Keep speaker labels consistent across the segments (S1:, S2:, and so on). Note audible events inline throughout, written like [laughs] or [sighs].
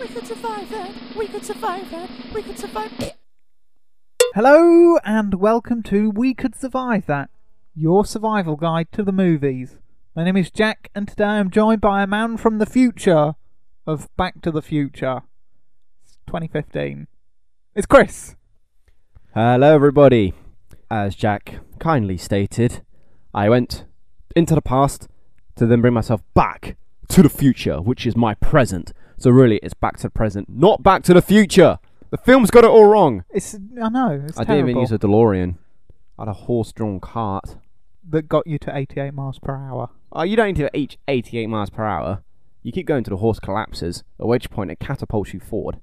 S1: We could survive that. We could survive that. We could survive.
S2: Hello, and welcome to We Could Survive That, your survival guide to the movies. My name is Jack, and today I'm joined by a man from the future of Back to the Future. It's 2015. It's Chris.
S3: Hello, everybody. As Jack kindly stated, I went into the past to then bring myself back to the future, which is my present. So, really, it's back to the present, not back to the future. The film's got it all wrong.
S2: It's I know it's
S3: I
S2: terrible
S3: didn't even use a DeLorean. I had a horse drawn cart.
S2: that got you to 88 miles per hour.
S3: Oh, you don't need to each 88 miles per hour. You keep going till the horse collapses, at which point it catapults you forward.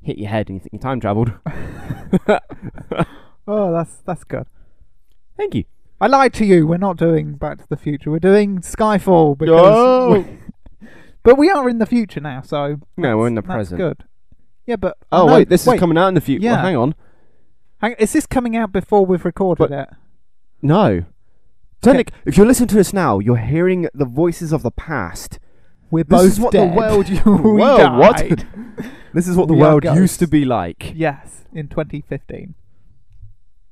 S3: Hit your head and you think you
S2: [laughs]
S3: time travelled.
S2: Oh, that's that's good.
S3: Thank you.
S2: I lied to you. We're not doing Back to the Future. We're doing Skyfall because. [laughs]
S3: No.
S2: we- but we are in the future now, so
S3: No, we're in the
S2: that's
S3: present.
S2: good. Yeah, but
S3: Oh,
S2: no,
S3: wait, this
S2: wait,
S3: is coming out in the future.
S2: Yeah.
S3: hang on.
S2: Hang, is this coming out before we've recorded
S3: But-
S2: it?
S3: No. Technic, if you're listening to this now, you're hearing the voices of the past.
S2: We're
S3: This
S2: both
S3: is what the
S2: dead.
S3: [laughs] world you-
S2: We
S3: World what?
S2: died.
S3: [laughs] This is what the
S2: We are
S3: world used to
S2: ghosts.
S3: be like.
S2: Yes, in 2015.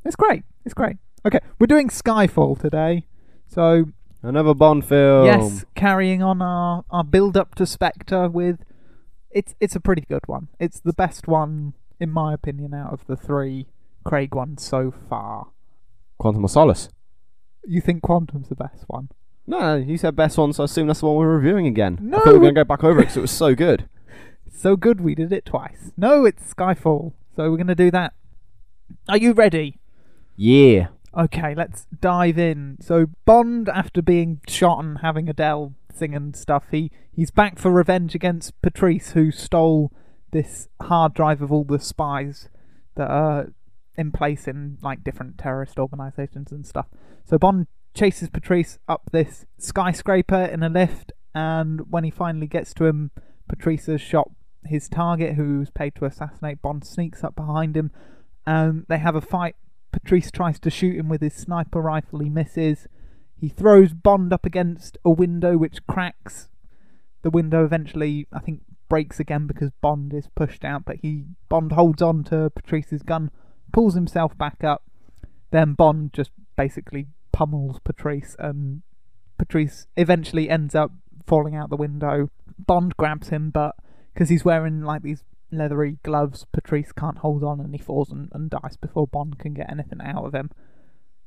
S2: It's great. It's great. Okay, we're doing Skyfall today. So,
S3: Another Bond film.
S2: yes, carrying on our, our build up to Spectre with it's it's a pretty good one. It's the best one in my opinion out of the 3 Craig ones so far.
S3: Quantum of Solace.
S2: You think Quantum's the best one?
S3: No, you said best one, so I assume that's the one we're reviewing again. I
S2: No,
S3: thought we were
S2: we-
S3: going to go back over it because it was so good.
S2: So good we did it twice. No, it's Skyfall. So we're going to do that. Are you ready?
S3: Yeah.
S2: Okay, let's dive in. So Bond, after being shot and having Adele sing and stuff, he he's back for revenge against Patrice, who stole this hard drive of all the spies that are in place in like different terrorist organizations and stuff. So Bond chases Patrice up this skyscraper in a lift, and when he finally gets to him, Patrice has shot his target, who was paid to assassinate Bond. Sneaks up behind him, and they have a fight. Patrice tries to shoot him with his sniper rifle, he misses. He throws Bond up against a window which cracks. The window eventually, I think, breaks again because Bond is pushed out, but he Bond holds on to Patrice's gun, pulls himself back up. Then Bond just basically pummels Patrice, and Patrice eventually ends up falling out the window. Bond grabs him, but because he's wearing like these leathery gloves. Patrice can't hold on and he falls and, and dies before Bond can get anything out of him.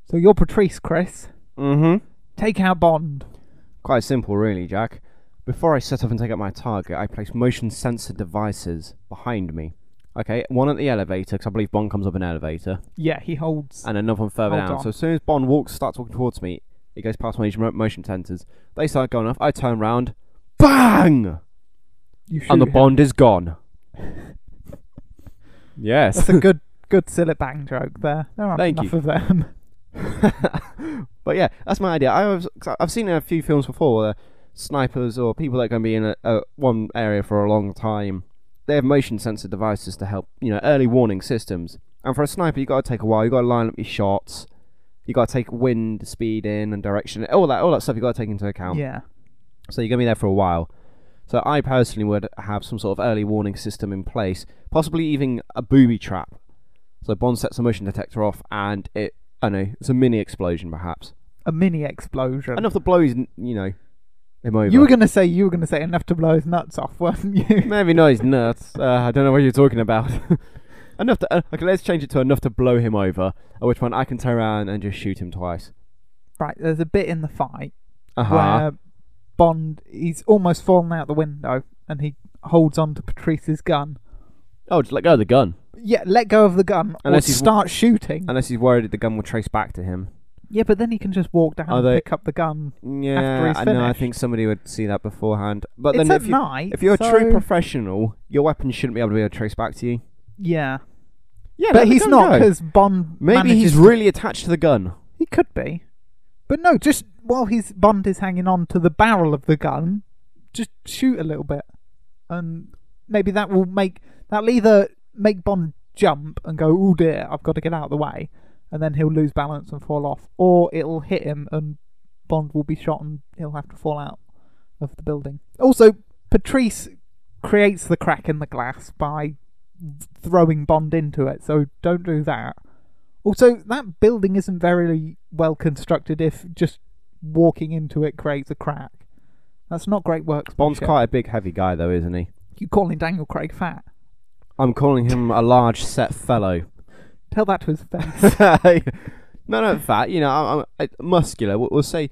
S2: So you're Patrice, Chris.
S3: Mm hmm.
S2: Take out Bond.
S3: Quite simple, really, Jack. Before I set up and take out my target, I place motion sensor devices behind me. Okay, one at the elevator, because I believe Bond comes up an elevator.
S2: Yeah, he holds.
S3: and another one further
S2: Hold
S3: down.
S2: on.
S3: So as soon as Bond walks, starts walking towards me, it goes past my mo- motion sensors. They start going off. I turn round, bang,
S2: you shoot
S3: and the
S2: him.
S3: Bond is [laughs] gone. yes,
S2: That's a good, good silly bang joke there. There aren't
S3: Thank
S2: enough
S3: you.
S2: of them.
S3: [laughs] but yeah, that's my idea. I was, 'cause I've seen a few films before where snipers or people that are going to be in a, a one area for a long time, they have motion sensor devices to help, you know, early warning systems. And for a sniper, you got to take a while. You got to line up your shots. You got to take wind, speed in, and direction. All that, all that stuff you got to take into account.
S2: yeah,
S3: So you're going to be there for a while. So I personally would have some sort of early warning system in place, possibly even a booby trap. So Bond sets the motion detector off, and it, I don't know, it's a mini explosion perhaps.
S2: a mini explosion.
S3: Enough to blow his, n- you know, him over.
S2: You
S3: [laughs]
S2: were gonna say you were gonna say enough to blow his nuts off, [laughs] weren't you?
S3: Maybe not his nuts. Uh, I don't know what you're talking about. [laughs] enough to, uh, okay, let's change it to enough to blow him over. At which point I can turn around and just shoot him twice.
S2: right, there's a bit in the fight
S3: Uh huh.
S2: where Bond he's almost fallen out the window and he holds on to Patrice's gun.
S3: Oh, just let go of the gun.
S2: Yeah, let go of the gun
S3: Unless
S2: or
S3: he's-
S2: start shooting.
S3: Unless he's worried that the gun will trace back to him.
S2: Yeah, but then he can just walk down
S3: Are
S2: and
S3: they-
S2: pick up the gun. After
S3: Yeah,
S2: he's
S3: I know. I
S2: finished.
S3: think somebody would see that beforehand. But
S2: it's
S3: then
S2: at
S3: if you,
S2: night.
S3: If you're a
S2: so-
S3: true professional, your weapon shouldn't be able to be able to trace back to you.
S2: yeah,
S3: Yeah,
S2: but he's not because Bond.
S3: maybe
S2: manages
S3: he's
S2: to-
S3: really attached to the gun.
S2: He could be, but no. Just while his Bond is hanging on to the barrel of the gun, just shoot a little bit, and maybe that will make that'll either make Bond jump and go, "Oh dear, I've got to get out of the way," and then he'll lose balance and fall off, or it'll hit him and Bond will be shot and he'll have to fall out of the building. Also, Patrice creates the crack in the glass by throwing Bond into it. So don't do that. Also, that building isn't very well constructed. If just walking into it creates a crack, that's not great work.
S3: Bond's quite a big, heavy guy, though, isn't he?
S2: You calling Daniel Craig fat?
S3: I'm calling him a large, set
S2: [laughs]
S3: fellow.
S2: Tell that to his face.
S3: [laughs] no, not fat. You know, I'm, I'm I- muscular. We'll, we'll say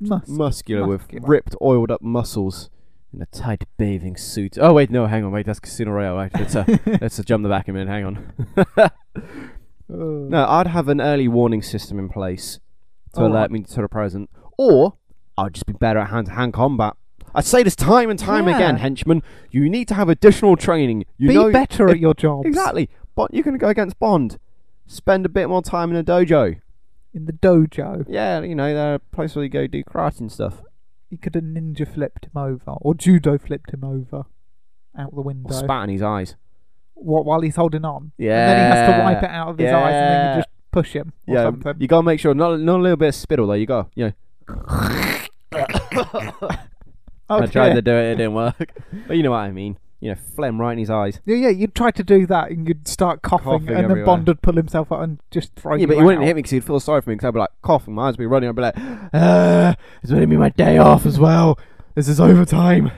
S2: Must.
S3: muscular, with
S2: Muscular.
S3: ripped, oiled up muscles in a tight bathing suit. Oh wait, no, hang on, wait, that's Casino Royale. Right, let's uh, [laughs]
S2: [laughs]
S3: let's uh, jump the back a minute. Hang on.
S2: Ugh.
S3: no, I'd have an early warning system in place to
S2: All
S3: alert
S2: right.
S3: me to the present, or I'd just be better at hand-to-hand combat. I say this time and time again,
S2: Yeah.
S3: henchman. You need to have additional training. You
S2: Be
S3: know
S2: better
S3: if-
S2: at your job.
S3: Exactly. But you're going to go against Bond. Spend a bit more time in a dojo.
S2: In the dojo,
S3: Yeah, you know, they're a place where you go do karate and stuff.
S2: you could have ninja flipped him over or judo flipped him over out the window.
S3: Or spat in his eyes.
S2: What while he's holding on. And
S3: Yeah.
S2: then he has to wipe it out of his eyes and then
S3: Yeah.
S2: you just push him or
S3: yeah,
S2: something.
S3: you gotta make sure not not a little bit of spittle though. You got you know. I
S2: [coughs]
S3: [coughs]
S2: Okay.
S3: tried to do it, it didn't work. [laughs] but you know what I mean. You know, phlegm right in his eyes.
S2: Yeah, yeah, you'd try to do that and you'd start coughing,
S3: Coughing
S2: and
S3: everywhere.
S2: then Bond would pull himself out and just throw
S3: yeah,
S2: you
S3: but he
S2: out.
S3: wouldn't hit me because he'd feel sorry for me because I'd be like coughing, my eyes would be running. I'd be like, ah, it's gonna be my day off as well. This is overtime.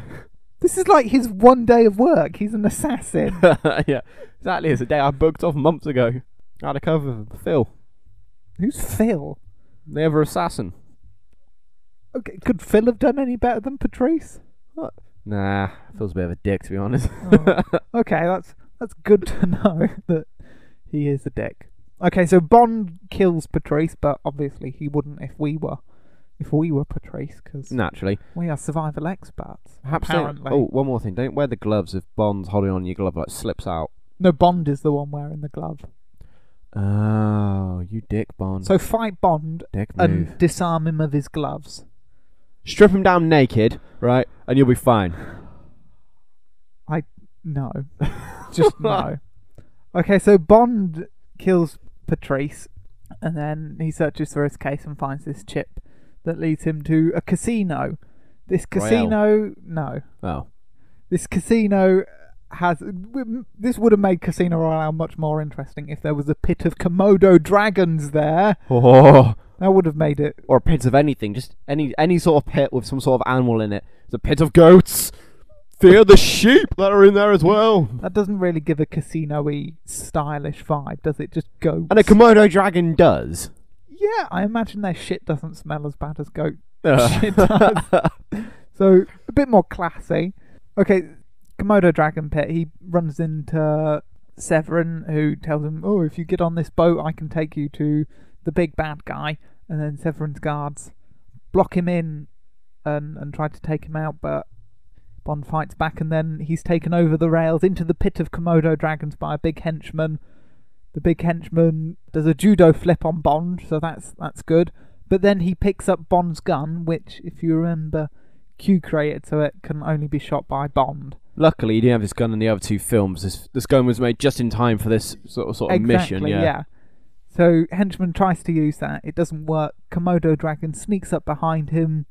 S2: This is like his one day of work. He's an assassin.
S3: [laughs] yeah, exactly. It's a day I booked off months ago. I had a cover for Phil,
S2: Who's Phil?
S3: the other assassin.
S2: Okay, could Phil have done any better than Patrice?
S3: Nah, Phil's a bit of a dick to be honest. [laughs]
S2: Oh. okay, that's that's good to [laughs] know that he is a dick. Okay, so Bond kills Patrice, but obviously he wouldn't if we were if we were Patrice because
S3: Naturally.
S2: we are survival experts.
S3: Perhaps don't-
S2: apparently,
S3: oh, one more thing. Don't wear the gloves if Bond's holding on your glove like slips out.
S2: no Bond is the one wearing the glove.
S3: Oh, you dick Bond.
S2: So fight Bond
S3: dick
S2: and disarm him of his gloves.
S3: Strip him down naked, right? And you'll be fine.
S2: No, [laughs]
S3: [laughs]
S2: just no. Okay, so Bond kills Patrice, and then he searches for his case and finds this chip that leads him to a casino. This
S3: Royale.
S2: casino, no,
S3: Oh.
S2: this casino has this would have made Casino Royale much more interesting if there was a pit of Komodo dragons there.
S3: oh.
S2: That would have made it.
S3: Or a pit of anything, just any any sort of pit with some sort of animal in it. It's a pit of goats. Fear the sheep that are in there as well.
S2: That doesn't really give a casino-y stylish vibe, does it? Just go.
S3: And a Komodo dragon does.
S2: yeah, I imagine their shit doesn't smell as bad as goat
S3: Uh,
S2: [laughs] It does. So a bit more classy. Okay, Komodo Dragon Pit. He runs into Severin, who tells him, "Oh, if you get on this boat, I can take you to the big bad guy." And then Severin's guards block him in and and try to take him out, but Bond fights back, and then he's taken over the rails into the pit of Komodo dragons by a big henchman. The big henchman does a judo flip on Bond, so that's that's good. But then he picks up Bond's gun, which, if you remember, Q created so it can only be shot by Bond.
S3: Luckily, he didn't have his gun in the other two films. This this gun was made just in time for this sort of sort of mission.
S2: Exactly, So henchman tries to use that. It doesn't work. Komodo dragon sneaks up behind him,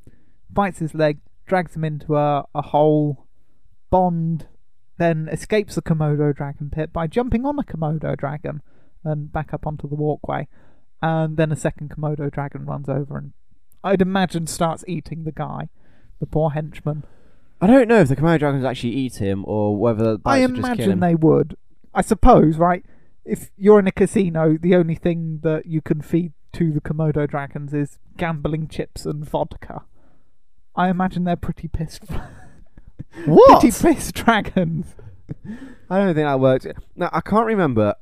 S2: bites his leg, drags him into a, a hole. Bond then escapes the Komodo dragon pit by jumping on a Komodo dragon and back up onto the walkway. And then a second Komodo dragon runs over and I'd imagine starts eating the guy, the poor henchman.
S3: I don't know if the Komodo dragons actually eat him or whether the
S2: I
S3: bites would just kill him.
S2: imagine they would. I suppose, right? If you're in a casino, the only thing that you can feed to the Komodo dragons is gambling chips and vodka. I imagine they're pretty pissed. [laughs] Pretty pissed dragons.
S3: I don't think that worked. Now I can't remember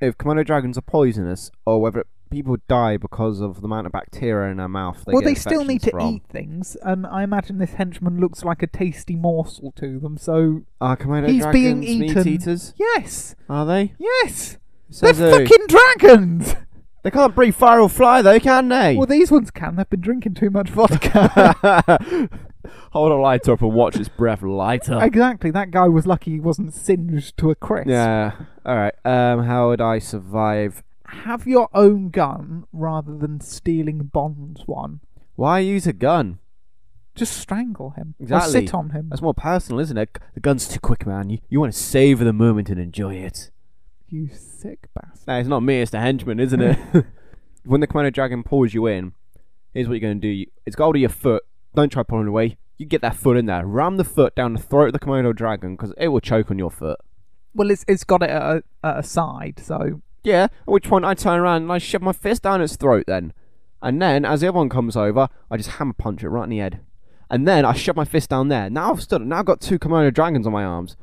S3: if Komodo dragons are poisonous or whether people die because of the amount of bacteria in their mouth. They
S2: well,
S3: get
S2: they still need
S3: infections
S2: to
S3: from.
S2: eat things, and I imagine this henchman looks like a tasty morsel to them. So
S3: Are Komodo
S2: He's being
S3: dragons meat
S2: eaten.
S3: eaters?
S2: yes,
S3: Are they?
S2: yes,
S3: Says
S2: they're
S3: who?
S2: fucking dragons.
S3: They can't breathe fire or fly though, can they? [laughs]
S2: Well, these ones can. They've been drinking too much vodka. [laughs]
S3: Hold a lighter up and watch its breath light up.
S2: exactly. That guy was lucky he wasn't singed to a crisp.
S3: Yeah. All right. Um, how would I survive?
S2: have your own gun rather than stealing Bond's one.
S3: Why use a gun?
S2: Just strangle him. Or
S3: Exactly.
S2: sit on him.
S3: That's more personal, isn't it? The gun's too quick, man. You, you want to savor the moment and enjoy it.
S2: You sick bastard.
S3: Nah, it's not me, it's the henchman, isn't it? [laughs] when the Komodo Dragon pulls you in, here's what you're going to do. You- It's got hold of your foot. Don't try pulling away. You get that foot in there. Ram the foot down the throat of the Komodo Dragon because it will choke on your foot.
S2: Well, it's it's got it at a, at a side, so
S3: Yeah, at which point I turn around and I shove my fist down its throat then. And then, as the other one comes over, I just hammer punch it right in the head. And then I shove my fist down there. Now I've stood, now I've got two Komodo Dragons on my arms.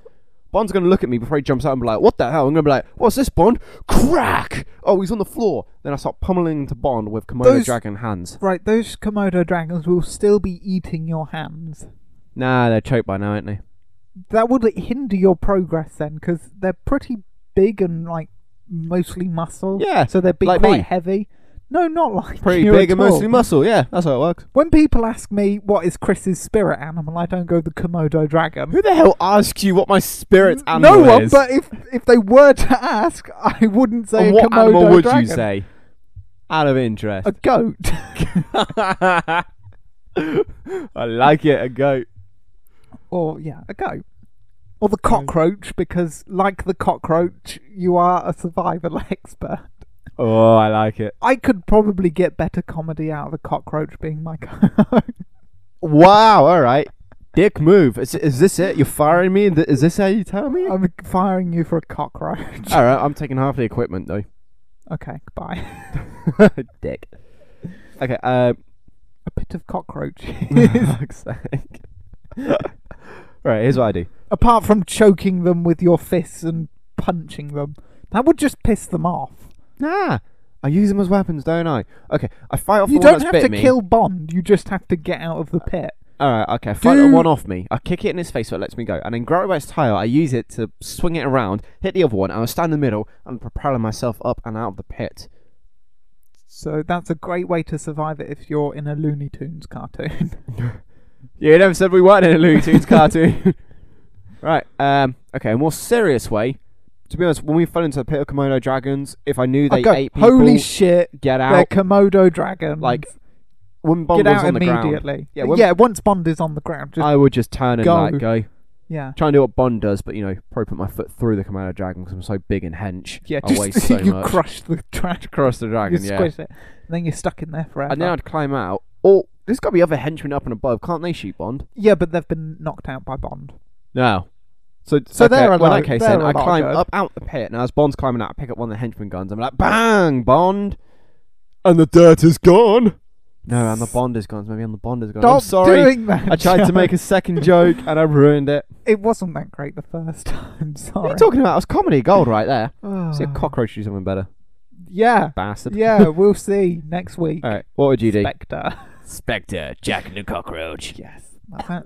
S3: Bond's gonna look at me before he jumps out and be like, what the hell? I'm gonna be like, what's this, Bond? Crack! Oh, he's on the floor. Then I start pummeling into Bond with Komodo
S2: Those-
S3: Dragon hands.
S2: right. Those Komodo dragons will still be eating your hands.
S3: Nah, they're choked by now, aren't they?
S2: That would hinder your progress then, because they're pretty big and like mostly muscle.
S3: Yeah,
S2: So they'd be
S3: like
S2: quite
S3: me.
S2: heavy. No, not like
S3: Pretty
S2: you
S3: big
S2: at
S3: and
S2: all.
S3: mostly muscle, yeah, that's how it works.
S2: When people ask me what is Chris's spirit animal, I don't go the Komodo dragon.
S3: Who the hell asks you what my spirit animal
S2: no one,
S3: is?
S2: but if if they were to ask, [laughs] I wouldn't say
S3: And
S2: a
S3: what
S2: Komodo
S3: animal would
S2: dragon.
S3: you say? Out of interest.
S2: A goat. [laughs]
S3: [laughs] I like it, a goat.
S2: or yeah, a goat. Or the cockroach, because like the cockroach, you are a survival [laughs] expert.
S3: Oh, I like it.
S2: I could probably get better comedy out of a cockroach being my [laughs] co
S3: Wow, all right. Dick move. Is, is this it? You're firing me? Th- Is this how you tell me?
S2: I'm firing you for a cockroach.
S3: all right, I'm taking half the equipment,
S2: okay, goodbye.
S3: though. [laughs] Dick. Okay,
S2: [laughs]
S3: um, [laughs]
S2: A pit of cockroach.
S3: fuck's sake. right, here's what I do.
S2: Apart from choking them with your fists and punching them, that would just piss them off.
S3: Nah, I use them as weapons, don't I? Okay, I fight off
S2: You
S3: the one
S2: don't
S3: that's
S2: have
S3: bit
S2: to
S3: me.
S2: kill Bond. You just have to get out of the pit.
S3: All right, okay. Fight the
S2: Do-
S3: one off me. I kick it in his face so it lets me go, and then grab it by its tail. I use it to swing it around, hit the other one, and I stand in the middle and propelling myself up and out of the pit.
S2: So that's a great way to survive it if you're in a Looney Tunes cartoon.
S3: You never said we weren't in a Looney Tunes [laughs] cartoon. right. Um. Okay. A more serious way. To be honest, when we fell into the pit of Komodo dragons, if I knew [laughs] they
S2: I go,
S3: ate people,
S2: holy shit!
S3: get
S2: They're
S3: out.
S2: Komodo dragons.
S3: Like, When Bond
S2: get
S3: was
S2: out
S3: on the ground,
S2: immediately.
S3: Yeah,
S2: Yeah,
S3: when-
S2: once Bond is on the ground, just
S3: I would just turn and
S2: Go.
S3: like go.
S2: yeah,
S3: Try and do what Bond does, but you know, probably put my foot through the Komodo dragon because I'm so big and hench.
S2: yeah.
S3: [laughs] I
S2: Just
S3: weigh so
S2: [laughs] you
S3: much.
S2: crush the trash,
S3: Cross
S2: [laughs]
S3: the
S2: you
S3: dragon, yeah.
S2: squish it, and then you're stuck in there forever.
S3: and then I'd climb out. Or there's got to be other henchmen up and above. Can't they shoot Bond?
S2: yeah, but they've been knocked out by Bond.
S3: No. So,
S2: So
S3: okay,
S2: they're
S3: well, in
S2: allowed-
S3: that case,
S2: they're
S3: then I
S2: allowed,
S3: climb
S2: good.
S3: up out the pit, and as Bond's climbing out, I pick up one of the henchman guns. I'm like, bang, Bond, and the dirt is gone. No, and the Bond is gone. so Maybe I'm the Bond is gone. I'm
S2: Stop
S3: sorry.
S2: doing that.
S3: I tried to make a
S2: Joe.
S3: [laughs] second joke and I ruined it.
S2: It wasn't that great the first [laughs] time.
S3: What are
S2: Sorry.
S3: you talking about? It was comedy gold right [sighs] there.
S2: Oh.
S3: See, a cockroach do something better. [laughs]
S2: Yeah,
S3: Bastard.
S2: yeah. We'll see next week.
S3: All right. What would you do?
S2: Spectre.
S3: Spectre, Jack and the cockroach.
S2: yes. That-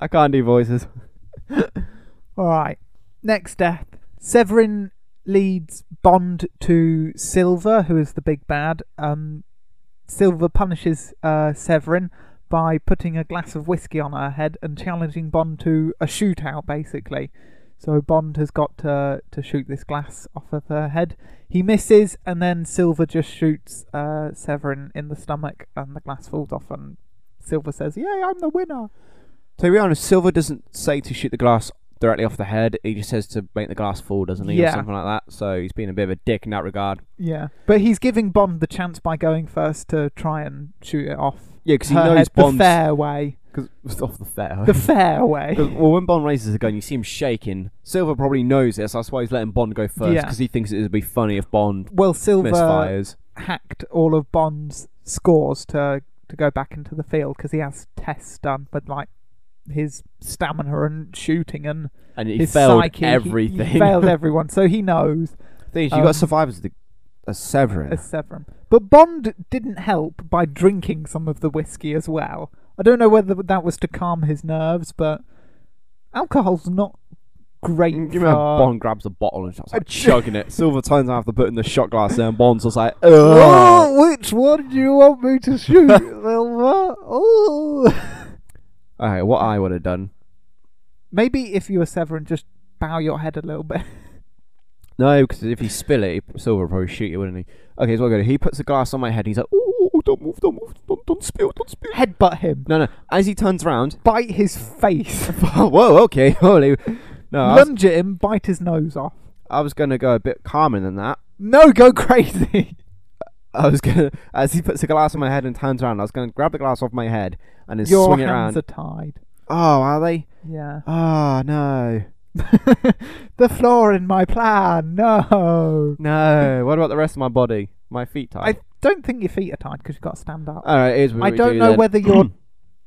S3: I can't do voices.
S2: All right. Next death. Severin leads Bond to Silver, who is the big bad. Um, Silver punishes uh, Severin by putting a glass of whiskey on her head and challenging Bond to a shootout, basically. So Bond has got to to shoot this glass off of her head. He misses, and then Silver just shoots uh, Severin in the stomach, and the glass falls off. And Silver says, "Yay, I'm the winner!"
S3: To be honest, Silver doesn't say to shoot the glass directly off the head. He just says to make the glass fall, doesn't he, or
S2: Yeah.
S3: something like that. So he's been a bit of a dick in that regard.
S2: Yeah, but he's giving Bond the chance by going first to try and shoot it off.
S3: Yeah, because he
S2: her
S3: knows
S2: head,
S3: Bond's
S2: the fair way.
S3: Cause [laughs] it's off the fair.
S2: The fair way.
S3: well, when Bond raises the gun, you see him shaking. Silver probably knows this. That's why he's letting Bond go first
S2: Yeah.
S3: because he thinks it would be funny if Bond
S2: Well, Silver
S3: misfires.
S2: hacked all of Bond's scores to to go back into the field because he has tests done with like his stamina and shooting and
S3: And he
S2: his
S3: failed
S2: psyche. He-
S3: everything.
S2: He,
S3: [laughs]
S2: failed everyone, so he knows
S3: Thing is, you got
S2: Um,
S3: survivors with the a Severin.
S2: as Severin. But Bond didn't help by drinking some of the whiskey as well. I don't know whether that was to calm his nerves, but alcohol's not great.
S3: You
S2: for-
S3: remember Bond grabs a bottle and starts like, [laughs]
S2: I-
S3: chugging it. Silver turns after putting the shot glass there, and Bond's just [laughs] like,
S2: Oh,
S3: "Ugh."
S2: which one do you want me to shoot,
S3: [laughs]
S2: Wilma? Oh.
S3: Okay, what I would have done.
S2: Maybe if you were Severin, just bow your head a little bit. [laughs]
S3: No, because if you spill it, Silver would probably shoot you, wouldn't he? Okay, so I go. He puts the glass on my head. And he's like, "Ooh,
S2: don't move, don't move, don't, don't spill, don't spill. Headbutt him.
S3: No, no. As he turns round,
S2: Bite his face.
S3: [laughs] whoa, okay, [laughs] holy. No, I was,
S2: Lunge at him, bite his nose off.
S3: I was gonna go a bit calmer than that.
S2: No, go crazy.
S3: I was gonna, as he puts the glass on my head and turns around, I was gonna grab the glass off my head and then
S2: Your
S3: swing it
S2: hands
S3: around.
S2: are tied.
S3: Oh, are they?
S2: Yeah.
S3: Oh no,
S2: the flaw in my plan. No.
S3: no. What about the rest of my body? My feet tied.
S2: I don't think your feet are tied because you've got to stand up.
S3: All right, here's what
S2: I
S3: we
S2: don't
S3: do
S2: know
S3: then.
S2: whether you're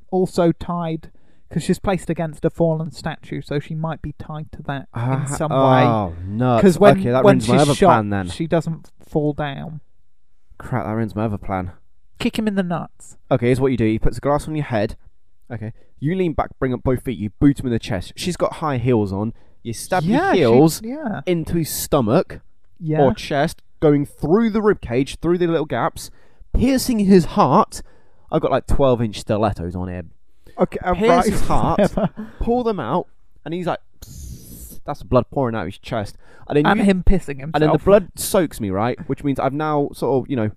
S2: also tied because she's placed against a fallen statue, so she might be tied to that
S3: Ah,
S2: in some way.
S3: oh, no.
S2: Because when
S3: okay, that
S2: when
S3: ruins
S2: she's
S3: my other
S2: shot,
S3: plan then.
S2: she doesn't fall down.
S3: Crap, that ruins my other plan.
S2: Kick him in the nuts.
S3: Okay, here's what you do. He puts a glass on your head. Okay. You lean back, bring up both feet, you boot him in the chest. She's got high heels on. You stab
S2: yeah,
S3: your heels
S2: She, yeah,
S3: into his stomach
S2: yeah.
S3: or chest, going through the rib cage, through the little gaps, piercing his heart. I've got like 12 inch stilettos on him.
S2: okay, uh,
S3: [laughs] pierce
S2: right.
S3: his
S2: [laughs]
S3: heart.
S2: whatever.
S3: Pull them out, and he's like, that's blood pouring out of his chest. And then
S2: and
S3: you
S2: him pissing himself.
S3: and then the blood soaks me right, which means I've now sort of you know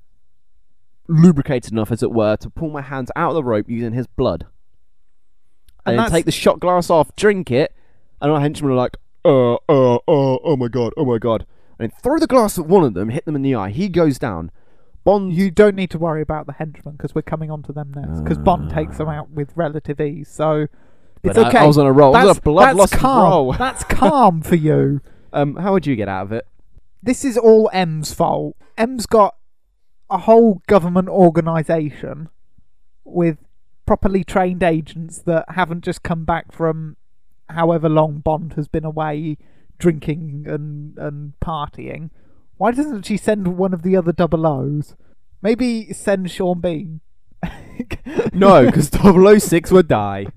S3: lubricated enough, as it were, to pull my hands out of the rope using his blood,
S2: And
S3: and, then
S2: that's-
S3: take the shot glass off, drink it, and our henchmen are like, uh, uh, uh, oh my god, oh my god, and then throw the glass at one of them, hit them in the eye. He goes down. Bond,
S2: You don't need to worry about the henchmen because we're coming on to them next. Because Bond takes them out with relative ease, so it's
S3: But I-
S2: okay.
S3: I, was on a roll. I was
S2: that's,
S3: on a blood
S2: that's
S3: loss
S2: calm.
S3: roll.
S2: That's calm for you.
S3: Um, how would you get out
S2: [laughs]
S3: of it?
S2: This is all M's fault. M's got a whole government organisation with properly trained agents that haven't just come back from however long Bond has been away drinking and and partying. Why doesn't she send one of the other double O's? Maybe send Sean Bean. [laughs]
S3: No, because 006 would die.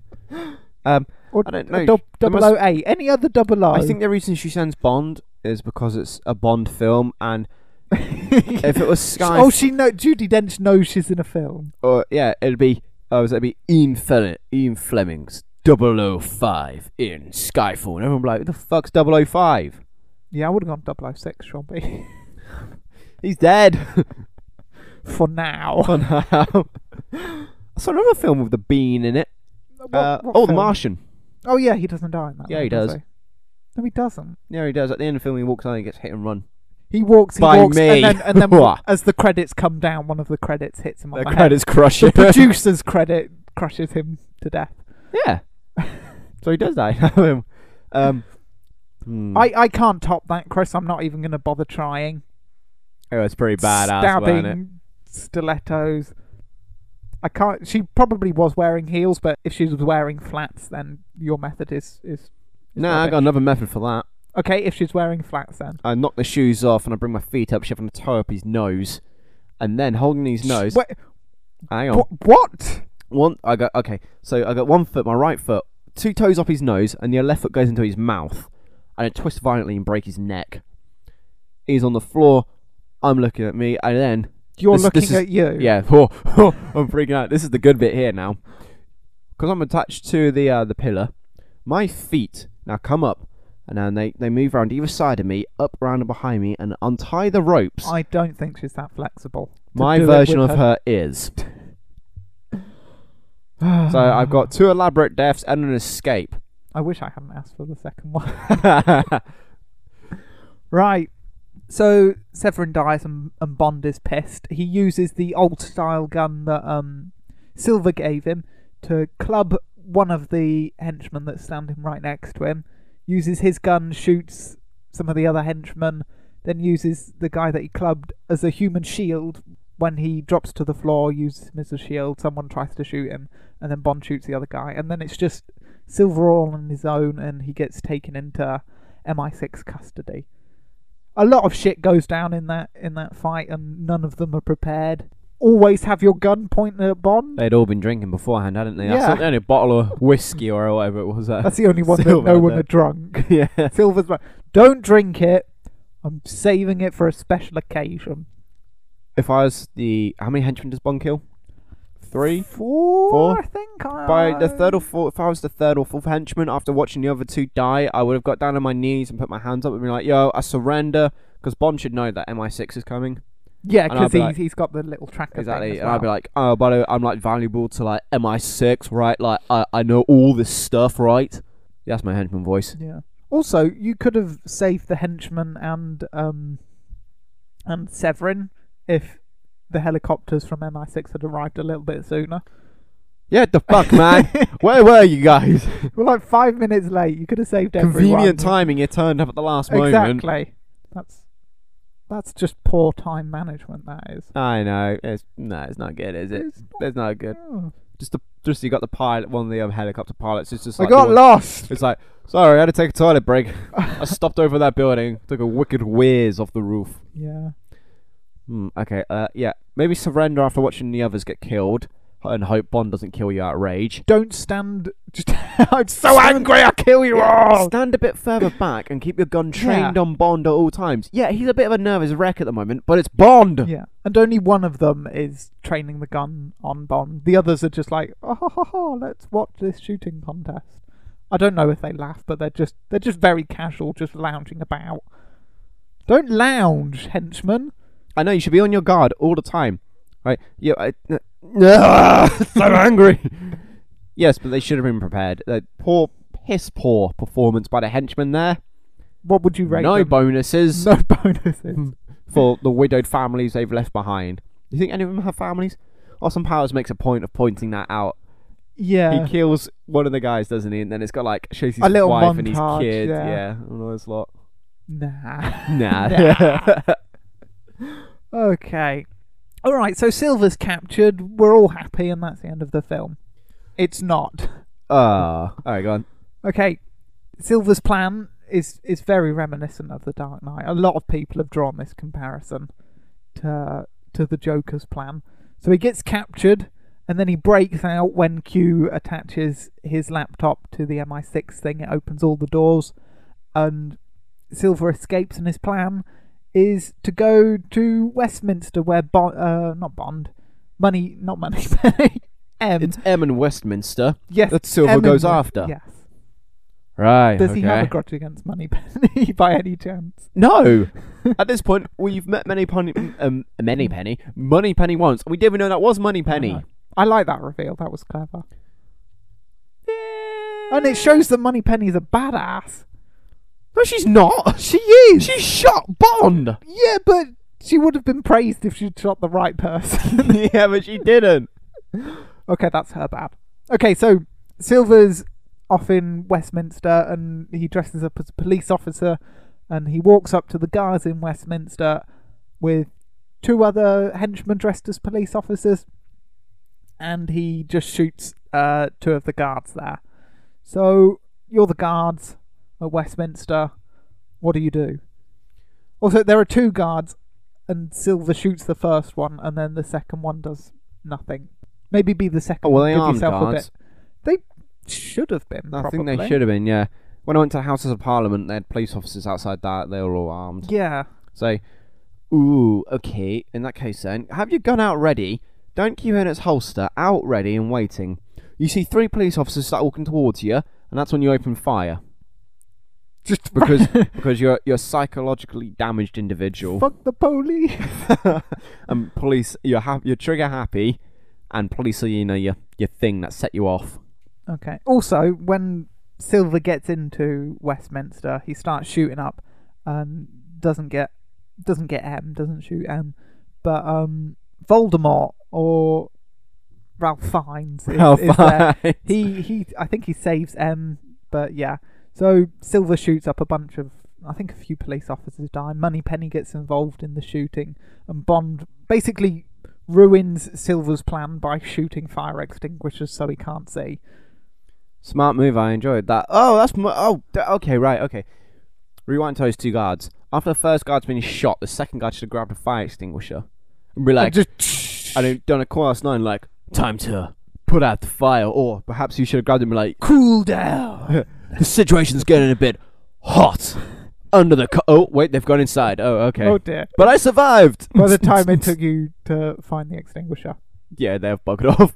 S3: Um,
S2: or
S3: I don't know.
S2: dou-
S3: There
S2: double
S3: must-
S2: O eight. Any other double O? [laughs]
S3: I think the reason she sends Bond is because it's a Bond film, and if it was Sky,
S2: oh, she know Judy Dench knows she's in a film.
S3: or yeah, it'd be oh, it'd be Ian Fleming, Ian Fleming's 005 in Skyfall, and everyone be like, "Who the fuck's 005?
S2: Yeah, I would have gone 006, Sean Bean.
S3: He's dead." [laughs]
S2: For now.
S3: Oh, no. I saw another film with the Bean in it.
S2: What-
S3: Uh,
S2: [laughs] what
S3: oh, The
S2: film?
S3: Martian.
S2: Oh, yeah, he doesn't die in that.
S3: Yeah,
S2: one,
S3: he does.
S2: No, he doesn't.
S3: Yeah, he does. At the end of the film, he walks on and gets hit and run.
S2: He walks, he
S3: By
S2: walks, and
S3: me.
S2: then, and
S3: [laughs]
S2: then as the credits come down, one of the credits hits him on
S3: The
S2: the head.
S3: credits [laughs] crush it.
S2: Producer's credit crushes him to death.
S3: yeah. so he does die. [laughs] um, hmm.
S2: I, I can't top that, Chris. I'm not even going to bother trying.
S3: it was pretty badass, wasn't it?
S2: Stabbing, stilettos. I can't. She probably was wearing heels, but if she was wearing flats, then your method is is. is
S3: Nah, I
S2: rubbish.
S3: got another method for that.
S2: Okay, if she's wearing flats, then.
S3: I knock the shoes off and I bring my feet up, shoving a toe up his nose, and then holding his nose.
S2: Wait,
S3: [laughs] Hang on.
S2: wh- what?
S3: One, I got okay. So I got one foot, my right foot, two toes up his nose, and the left foot goes into his mouth, and I twist violently and break his neck. He's on the floor. I'm looking at me, and then
S2: You're
S3: This-
S2: looking
S3: this is-
S2: at you.
S3: yeah, [laughs] oh, I'm freaking out. This is the good bit here now, because I'm attached to the uh, the pillar. My feet now come up, and then they they move around either side of me, up, round, and behind me, and untie the ropes.
S2: I don't think she's that flexible. to
S3: My
S2: do it
S3: version
S2: with
S3: of her is. [sighs] So I've got two elaborate deaths and an [laughs] escape.
S2: I wish I hadn't asked for the second one. [laughs]
S3: yeah,
S2: right. So Severin dies and, and Bond is pissed. He uses the old style gun that um, Silver gave him to club one of the henchmen that's standing right next to him. Uses his gun, shoots some of the other henchmen, then uses the guy that he clubbed as a human shield. When he drops to the floor, uses him as a shield. Someone tries to shoot him, and then Bond shoots the other guy. And then it's just Silver all on his own, and he gets taken into MI6 custody. A lot of shit goes down in that in that fight, and none of them are prepared. Always have your gun pointed at Bond.
S3: they'd all been drinking beforehand, hadn't they? That's
S2: Yeah.
S3: not the only bottle of whiskey or whatever it was. uh,
S2: That's
S3: [laughs]
S2: the only one that
S3: Silver,
S2: no one
S3: though.
S2: had drunk. [laughs]
S3: yeah.
S2: Silver's like, don't drink it. I'm saving it for a special occasion.
S3: If I was the, how many henchmen does Bond kill? Three.
S2: Four,
S3: Four?
S2: I think.
S3: By the third or
S2: I-
S3: fourth, if I was the third or fourth henchman, after watching the other two die, I would have got down on my knees and put my hands up and been like, "Yo, I surrender," because Bond should know that MI6 is coming.
S2: Yeah,
S3: And I'd
S2: because
S3: be
S2: he's,
S3: like-
S2: he's got the little tracker.
S3: Exactly,
S2: Thing as
S3: and I'd be
S2: well.
S3: like, oh, but I- I'm like valuable to like MI6, right? Like I, I know all this stuff, right? That's my henchman voice.
S2: Yeah. Also, you could have saved the henchman and um and Severin if the helicopters from MI6 had arrived a little bit
S3: [laughs]
S2: sooner.
S3: Yeah, the fuck, [laughs] man. Where were you guys?
S2: We're like five minutes late. You could have saved everyone.
S3: Convenient timing. You turned up at the last moment.
S2: Exactly. That's that's just poor time management. That is.
S3: I know. It's no, it's not good, is it?
S2: It's
S3: It's not good.
S2: Oh.
S3: Just the just you got the pilot, one of the um, helicopter pilots. It's just
S2: I
S3: like
S2: got
S3: doing-
S2: lost.
S3: It's like, sorry, I had to take a toilet [laughs] break. I stopped over that building, took a wicked whiz off the roof.
S2: Yeah.
S3: Hmm, okay, uh, yeah. Maybe surrender after watching the others get killed and hope Bond doesn't kill you out of rage.
S2: Don't stand. [laughs] Just I'm so angry. I'll kill you all.
S3: Stand a bit further back and keep your gun trained
S2: Oh. Yeah.
S3: on Bond at all times. Yeah, he's a bit of a nervous wreck at the moment, but it's Bond!
S2: Yeah, and only one of them is training the gun on Bond. The others are just like, oh, ho, ho, ho, let's watch this shooting contest. I don't know if they laugh, but they're just they're just very casual, just lounging about. Don't lounge, henchman.
S3: I know, you should be on your guard all the time. Right? Yeah, I. n- [laughs]
S2: [laughs]
S3: so angry! yes, but they should have been prepared. Uh, poor, piss poor performance by the henchman there.
S2: What would you rate?
S3: No Hmm.
S2: them?
S3: bonuses.
S2: no [laughs] bonuses.
S3: for the widowed families they've left behind. You think any of them have families? Austin Powers makes a point of pointing that out.
S2: Yeah,
S3: he kills one of the guys, doesn't he? And then it's got like shows his
S2: A little
S3: wife and his
S2: montage,
S3: kid.
S2: yeah.
S3: and all
S2: [laughs]
S3: this lot.
S2: nah.
S3: Nah. [laughs]
S2: Okay, all right. So Silver's captured. We're all happy, and that's the end of the film. It's not.
S3: uh, all right, go on.
S2: Okay, Silver's plan is is very reminiscent of the Dark Knight. A lot of people have drawn this comparison to to the Joker's plan. So he gets captured, and then he breaks out when Q attaches his laptop to the MI6 thing. It opens all the doors, and Silver escapes. And his plan is to go to Westminster, where Bond, uh, not Bond, money, not money, [laughs] M.
S3: It's M and Westminster
S2: yes,
S3: that Silver
S2: M and
S3: goes
S2: West-
S3: after.
S2: Yes.
S3: Right.
S2: Does
S3: okay.
S2: he have a grudge against Moneypenny [laughs] by any chance? [laughs]
S3: no. At this point, we've met Many Penny, um, Many Penny, Money Penny once. We didn't even know that was Money Penny.
S2: Uh, I like that reveal. That was clever. And it shows that Moneypenny's a badass.
S3: No, she's not. She is. She shot Bond.
S2: Yeah, but she would have been praised if she'd shot the right person. [laughs]
S3: yeah, but she didn't.
S2: okay, that's her bad. Okay, so Silver's off in Westminster and he dresses up as a police officer and he walks up to the guards in Westminster with two other henchmen dressed as police officers and he just shoots uh, two of the guards there. So you're the guards at Westminster. What do you do? Also, there are two guards, and Silver shoots the first one, and then the second one does nothing. Maybe be the second.
S3: Oh, well,
S2: one,
S3: they
S2: give
S3: armed
S2: yourself
S3: guards.
S2: a bit. They should have been.
S3: I
S2: probably.
S3: think they should have been. Yeah. When I went to Houses of Parliament, they had police officers outside that. They were all armed.
S2: Yeah.
S3: So, ooh, okay. In that case, then, have your gun out ready. Don't keep it in its holster. Out ready and waiting. You see three police officers start walking towards you, and that's when you
S2: [laughs]
S3: open fire
S2: Just
S3: because because you're you're a psychologically damaged individual.
S2: fuck the police.
S3: [laughs] and police, you're ha- you're trigger happy, and police are you know your your thing that set you off.
S2: Okay. Also, when Silver gets into Westminster, he starts shooting up and doesn't get doesn't get M, doesn't shoot M, but um, Voldemort or Ralph Fiennes is, is there. He he. I think he saves M, but yeah. So Silver shoots up a bunch of. I think a few police officers die. Moneypenny gets involved in the shooting, and Bond basically ruins Silver's plan by shooting fire extinguishers so he can't see.
S3: [laughs] Smart move. I enjoyed that. Oh, that's mu- oh. d- Okay, right. Okay. Rewind to those two guards. After the first guard's been shot, the second guard should have grabbed a fire extinguisher and be like,
S2: just
S3: and then done a chorus nine like, time to put out the fire, or perhaps you should have grabbed him and like,
S2: cool down.
S3: the situation's getting a bit hot under the. Co- oh wait, they've gone inside. Oh okay.
S2: Oh dear.
S3: But I survived.
S2: By
S3: [laughs]
S2: the time it took you to find the extinguisher,
S3: yeah, they've buggered off.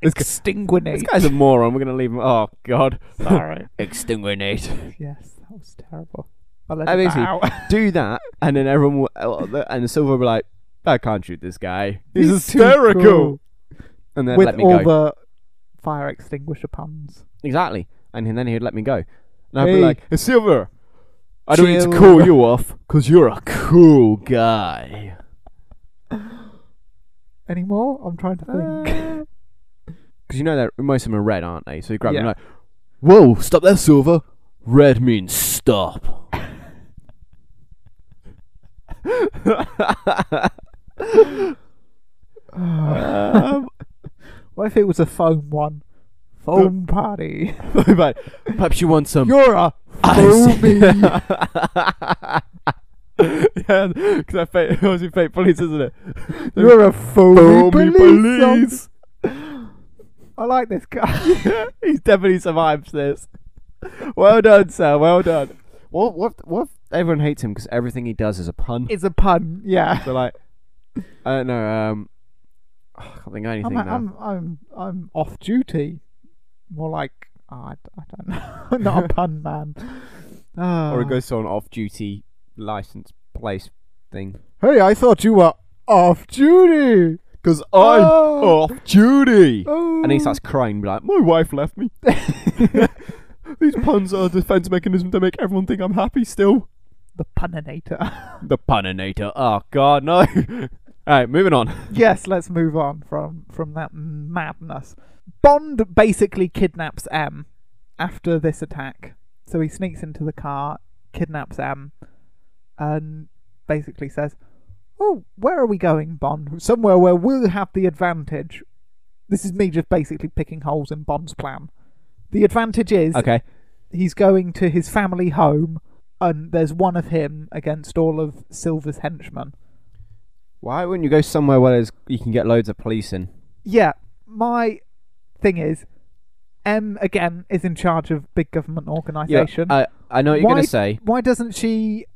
S3: This, gu- this
S2: extinguinate.
S3: [laughs] guy's a moron. We're gonna leave him. Oh god.
S2: Sorry.
S3: Extinguinate.
S2: yes, that was terrible. I'll let
S3: I
S2: it
S3: mean, see-
S2: out.
S3: do that, and then everyone will, and the silver will be like, I can't shoot this guy. [laughs] He's,
S2: He's too
S3: hysterical.
S2: cool.
S3: And then
S2: with
S3: let me
S2: all
S3: go.
S2: the fire extinguisher puns.
S3: Exactly. And then he'd let me go. And I'd be
S2: Hey.
S3: like, "Hey, Silver, I don't need to
S2: Chill.
S3: cool you off because you're a cool guy.
S2: Any more? I'm trying to think.
S3: Because you know that most of them are red, aren't they? So you grab them
S2: Yeah.
S3: like, whoa, stop there, Silver. Red
S2: [laughs]
S3: means stop. [laughs] Uh,
S2: [laughs]
S3: um,
S2: what if it was a foam one? Foam party. [laughs]
S3: [laughs] but perhaps you want some.
S2: You're a foamy.
S3: I see. [laughs] yeah, because I fake, [laughs] obviously fake police, isn't it? [laughs]
S2: You're a foamy,
S3: Foamy
S2: police
S3: police.
S2: officer. I like this guy. [laughs]
S3: [laughs] He's definitely survives this. Well done, sir. Well done. What? What? What? Everyone hates him because everything he does is a pun.
S2: It's a pun. Yeah.
S3: So like, I don't know. Um, [sighs] I can't think of anything
S2: I'm,
S3: now.
S2: I'm I'm I'm off duty. More like oh, I, I don't know. [laughs] I'm not a pun man.
S3: or
S2: Ah.
S3: it goes to an off-duty license place thing.
S2: Hey, I thought you were off duty.
S3: Because I'm
S2: Oh.
S3: off duty.
S2: Oh.
S3: And he starts crying, be like, "My wife left [laughs] me." These puns are a defense mechanism to make everyone think I'm happy still.
S2: the puninator.
S3: The puninator. Oh God, no. [laughs] All right, moving on.
S2: yes, let's move on from from that madness. Bond basically kidnaps M after this attack. So he sneaks into the car, kidnaps M, and basically says, "Oh, where are we going, Bond? Somewhere where we'll have the advantage." This is me just basically picking holes in Bond's plan. The advantage is
S3: [laughs] Okay.
S2: he's going to his family home, and there's one of him against all of Silver's henchmen.
S3: Why wouldn't you go somewhere where there's, you can get loads of police in?
S2: yeah, my thing is, M again is in charge of big government organisation.
S3: I, uh, I know what you're
S2: Why-
S3: going to say.
S2: Why doesn't she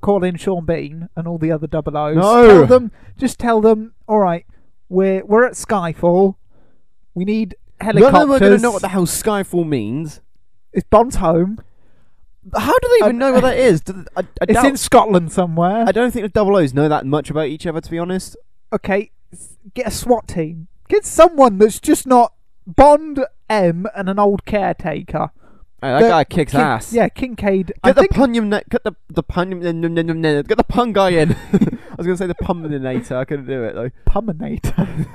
S2: call in Sean Bean and all the other double O's?
S3: No!
S2: Tell them, just tell them. All right, we're we're at Skyfall. We need helicopters.
S3: None of them are going to know what the hell Skyfall means.
S2: it's Bond's home.
S3: How do they even
S2: Um,
S3: know [laughs] what that is? Do, I, I
S2: It's
S3: doubt-
S2: in Scotland somewhere.
S3: I don't think the double O's know that much about each other, to be honest.
S2: okay, s- get a SWAT team. Get someone that's just not Bond, M, and an old caretaker.
S3: Hey, that
S2: The-
S3: guy kicks
S2: Kin-
S3: ass.
S2: Yeah, Kincaid. I
S3: Get the
S2: think
S3: punyum, ne- get the the punyum, n- n- n- n- get the pun guy in. [laughs] I was gonna say the puminator, I couldn't do it though.
S2: Puminator.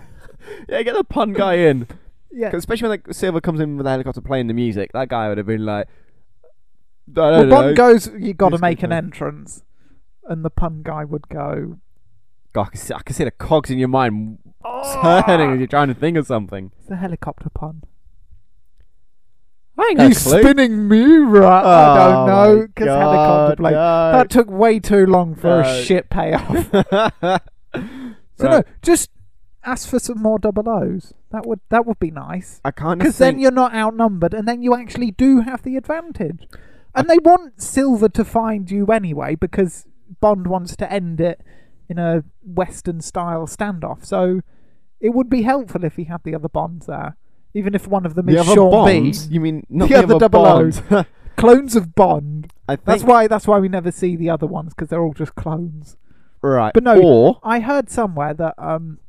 S3: Yeah, get the pun guy in, 'Cause
S2: yeah.
S3: especially when like Silver comes in with the helicopter playing the music. That guy would have been like, I
S2: Well,
S3: don't know.
S2: Bond goes, you got to
S3: Who's
S2: make an
S3: gonna-
S2: entrance. And the pun guy would go,
S3: God, I, can see, I can see the cogs in your mind turning as you're trying to think of something.
S2: "Ah!" it's a helicopter pun.
S3: I ain't
S2: He's spinning me right.
S3: Oh
S2: I don't know, because helicopter blade. That took way too long for
S3: No.
S2: a shit payoff. [laughs] So no, just ask for some more double O's. That would that would be nice.
S3: [laughs] I can't
S2: Because then you're not outnumbered, and then you actually do have the advantage. And they want Silver to find you anyway, because Bond wants to end it in a Western style standoff. So it would be helpful if he had the other Bonds there, even if one of them
S3: the
S2: is
S3: other
S2: Sean
S3: Bond.
S2: Bean.
S3: You mean not
S2: The
S3: the,
S2: other double
S3: Bond?
S2: Clones of Bond.
S3: [laughs] I think
S2: That's why. That's why we never see the other ones because they're all just clones.
S3: right.
S2: but no,
S3: or
S2: I heard somewhere that um,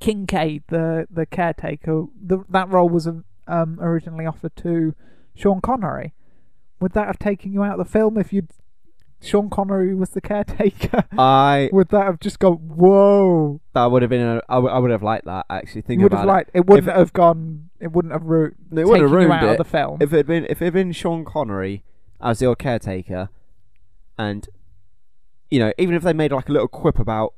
S2: Kincaid, the the caretaker, the, that role was um, um, originally offered to Sean Connery. Would that have taken you out of the film if you'd Sean Connery was the caretaker? [laughs]
S3: I
S2: Would that have just gone? Whoa!
S3: that would have been a, I, w- I would have liked that actually. Think
S2: You would
S3: about
S2: have liked it. Wouldn't
S3: it-
S2: have gone. It wouldn't have ruined.
S3: it. It would have
S2: you
S3: ruined
S2: out
S3: it.
S2: of the film.
S3: if it had been if it had been Sean Connery as your caretaker, and you know even if they made like a little quip about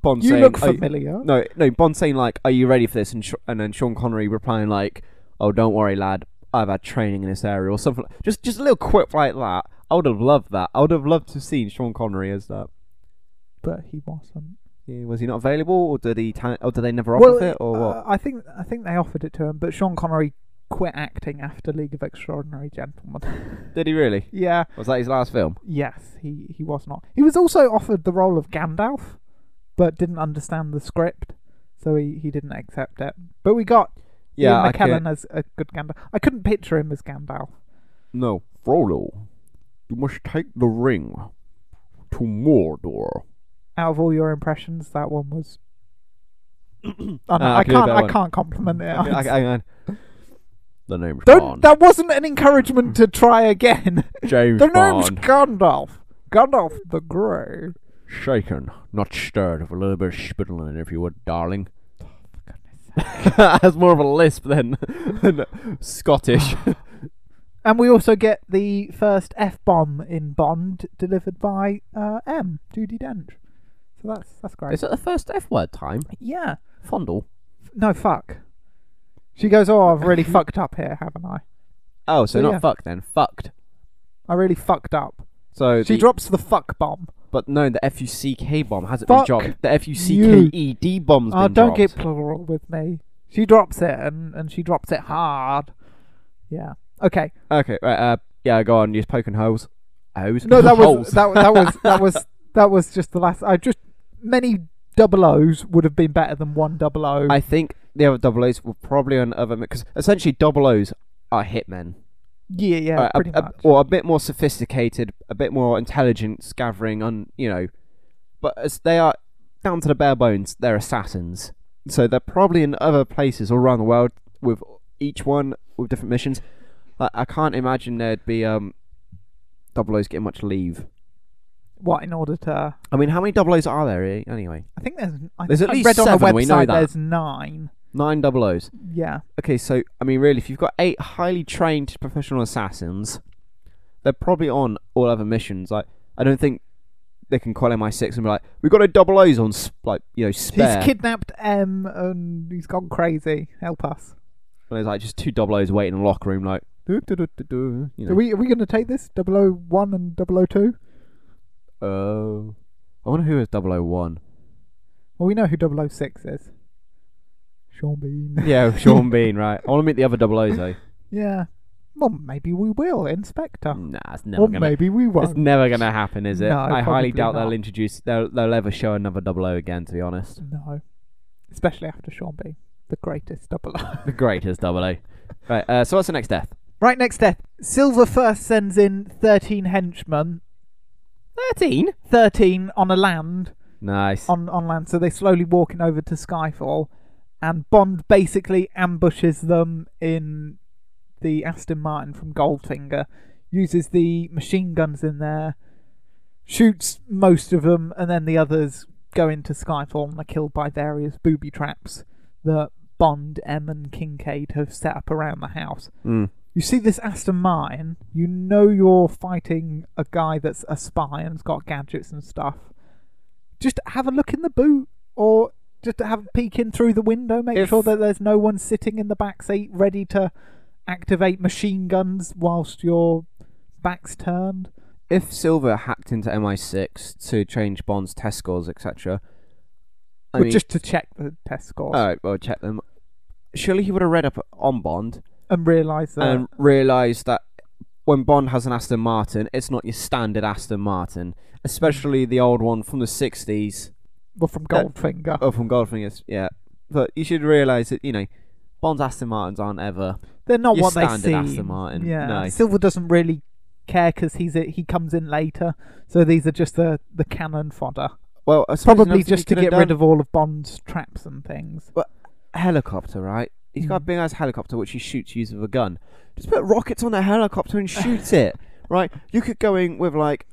S3: Bond
S2: you
S3: saying
S2: look
S3: "Are you-
S2: familiar.
S3: No, no. Bond saying like, "Are you ready for this?" and Sh- and then Sean Connery replying like, "Oh, don't worry, lad. I've had training in this area or something." like- Just just a little quip like that. I would have loved that. I would have loved to have seen Sean Connery as that.
S2: but he wasn't.
S3: Yeah, was he not available, or did he? ta- or did they never offer
S2: Well,
S3: it, or what?
S2: uh, I think I think they offered it to him, but Sean Connery quit acting after League of Extraordinary Gentlemen. [laughs]
S3: Did he really?
S2: yeah,
S3: Was that his last film?
S2: yes, he he was not. He was also offered the role of Gandalf, but didn't understand the script, so he, he didn't accept it. But we got
S3: Yeah,
S2: Ian
S3: I
S2: McKellen
S3: can.
S2: as a good Gandalf. I couldn't picture him as Gandalf.
S3: No, Frollo, you must take the ring to Mordor
S2: out of all your impressions, that one
S3: [coughs]
S2: was. I, know,
S3: Ah, I
S2: I
S3: can do
S2: can't.
S3: that
S2: I
S3: one.
S2: can't compliment it.
S3: Okay, okay, hang on. The name's
S2: Don't.
S3: Bond.
S2: That wasn't an encouragement to try
S3: [laughs]
S2: again.
S3: James
S2: the name's
S3: Bond.
S2: Gandalf. Gandalf the Grey.
S3: Shaken, not stirred, with a little bit of spittle in it, if you would, darling. [laughs] That's more of a lisp than, than Scottish.
S2: [laughs] And we also get the first F bomb in Bond delivered by uh, M, Judy Dench. So that's that's great.
S3: Is it the first F word time?
S2: yeah.
S3: Fondle.
S2: No fuck. She goes, "Oh, I've
S3: [laughs]
S2: really fucked up here, haven't I?
S3: Oh, so
S2: So,
S3: not
S2: yeah.
S3: fucked then. Fucked.
S2: I really fucked up."
S3: So
S2: She
S3: the-
S2: drops the fuck bomb.
S3: But no, the F U C K bomb hasn't
S2: Fuck
S3: been dropped. The F U C K E D bomb's
S2: Oh,
S3: been
S2: don't
S3: dropped.
S2: get plural with me. She drops it, and and she drops it hard. Yeah. Okay.
S3: okay, right, uh, yeah, go on. You're poking holes. Holes.
S2: No, that was
S3: Holes.
S2: that, that
S3: [laughs]
S2: was that was that was just the last. I just many double O's would have been better than one double O.
S3: I think the other double O's were probably on other because essentially double O's are hitmen,
S2: yeah, yeah,
S3: Uh, a-
S2: pretty
S3: a-
S2: much.
S3: or a bit more sophisticated, a bit more intelligence gathering. On you know, but as they are down to the bare bones, they're assassins. So they're probably in other places all around the world with each one with different missions. I, I can't imagine there'd be um double O's getting much leave.
S2: what in order to?
S3: I mean, how many double O's are there eh, anyway?
S2: I think there's. I,
S3: There's at
S2: I
S3: least
S2: read on the
S3: seven, we know
S2: website
S3: that.
S2: there's nine.
S3: Nine double O's.
S2: Yeah.
S3: Okay, so I mean, really, if you've got eight highly trained professional assassins, they're probably on all other missions. Like, I don't think they can call MI6 and be like, "We've got a double O's on, s- like, you know, spare."
S2: He's kidnapped M and he's gone crazy. Help us.
S3: And there's like just two double O's waiting in the locker room, like, "Do, do, do, do, do," you know.
S2: Are we are we going to take this 001 and 002?
S3: oh, I wonder who is 001.
S2: Well, we know who 006 is. Sean
S3: [laughs]
S2: Bean.
S3: yeah, Sean Bean, right? I want to meet the other double O's though.
S2: yeah. Well, maybe we will, Inspector.
S3: Nah, [laughs] it's never
S2: Or
S3: gonna.
S2: maybe we
S3: It's
S2: won't.
S3: never gonna happen, is it?
S2: No,
S3: I highly
S2: probably
S3: doubt
S2: not.
S3: they'll introduce. They'll, they'll ever show another double O again. To be honest, [laughs]
S2: no. Especially after Sean Bean, the greatest oh. 00.
S3: the greatest double O. Right. Uh, so what's the next death?
S2: right, next death. Silver first sends in 13 henchmen,
S3: Thirteen.
S2: 13 on a land
S3: Nice.
S2: on, on land. So they're slowly walking over to Skyfall, and Bond basically ambushes them in the Aston Martin from Goldfinger, uses the machine guns in there, shoots most of them, and then the others go into Skyfall and are killed by various booby traps that Bond, M, and Kincaid have set up around the house.
S3: Mm.
S2: You see this Aston Martin, you know you're fighting a guy that's a spy and's got gadgets and stuff. Just have a look in the boot, or just have a peek in through the window. Make
S3: If-
S2: sure that there's no one sitting in the back seat ready to activate machine guns whilst your back's turned.
S3: If Silver hacked into MI6 to change Bond's test scores, etc., I
S2: But
S3: mean,
S2: just to check the test scores
S3: all right, well, check them. Surely he would have read up on Bond
S2: and realise that.
S3: and realised that when Bond has an Aston Martin, it's not your standard Aston Martin, especially the old one from the '60s.
S2: well, from
S3: that-
S2: Goldfinger.
S3: Oh, from Goldfinger's, yeah. But you should realise that you know Bond's Aston Martins aren't ever.
S2: They're not
S3: your
S2: what they
S3: standard
S2: see.
S3: Aston Martin,
S2: Yeah,
S3: no.
S2: Silver doesn't really care because he's a, he comes in later, so these are just the the cannon fodder.
S3: Well, I suppose another
S2: Probably
S3: thing he
S2: just to
S3: could have
S2: get rid
S3: done-
S2: of all of Bond's traps and things.
S3: helicopter, right? He's got a
S2: Mm.
S3: big ass helicopter which he shoots using a gun. Just put rockets on a helicopter and
S2: [laughs]
S3: shoot it, right? You could go in with like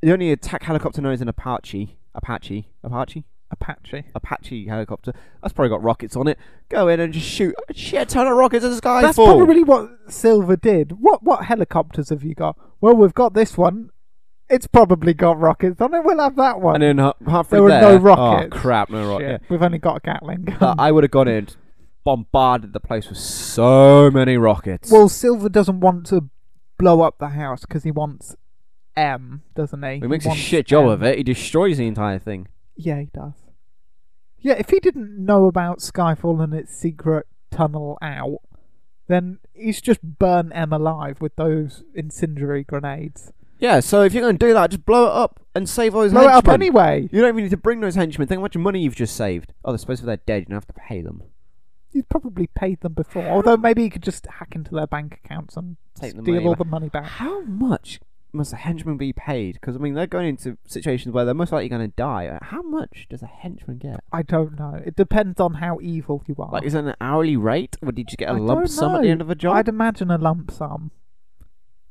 S3: the only attack helicopter known is an Apache, Apache, Apache,
S2: Apache.
S3: Apache helicopter. That's probably got rockets on it. Go in and just shoot a shit ton of rockets at the sky.
S2: That's
S3: fall.
S2: probably what Silver did. What what helicopters have you got? Well, we've got this one. It's probably got rockets on it. We'll have that one.
S3: And then ha- halfway
S2: There were no
S3: there-
S2: rockets.
S3: Oh crap! No
S2: Shit,
S3: rocket.
S2: We've only got a Gatling gun.
S3: But I would have gone in, and bombarded the place with so many rockets.
S2: [laughs] well, Silver doesn't want to blow up the house because he wants M, doesn't he?
S3: he makes a shit job of it. He destroys the entire thing.
S2: Yeah, he does. Yeah, if he didn't know about Skyfall and its secret tunnel out, then he's just burnt M alive with those incendiary grenades.
S3: Yeah, so if you're going to do that, just blow it up and save all those
S2: Blow it up
S3: henchmen.
S2: anyway.
S3: You don't even need to bring those henchmen. Think how much money you've just saved. Oh, they're supposed to be dead. You don't have to pay them.
S2: He's probably paid them before. Although maybe he could just hack into their bank accounts and
S3: Take the
S2: steal
S3: money
S2: all
S3: back.
S2: the money back.
S3: How much must a henchman be paid? Because I mean, they're going into situations where they're most likely going to die. Uh, How much does a henchman get?
S2: I don't know. It depends on how evil you are.
S3: Like, is it an hourly rate, or do you just get a
S2: I
S3: lump
S2: don't
S3: sum at the
S2: know.
S3: end of a job?
S2: I'd imagine a lump sum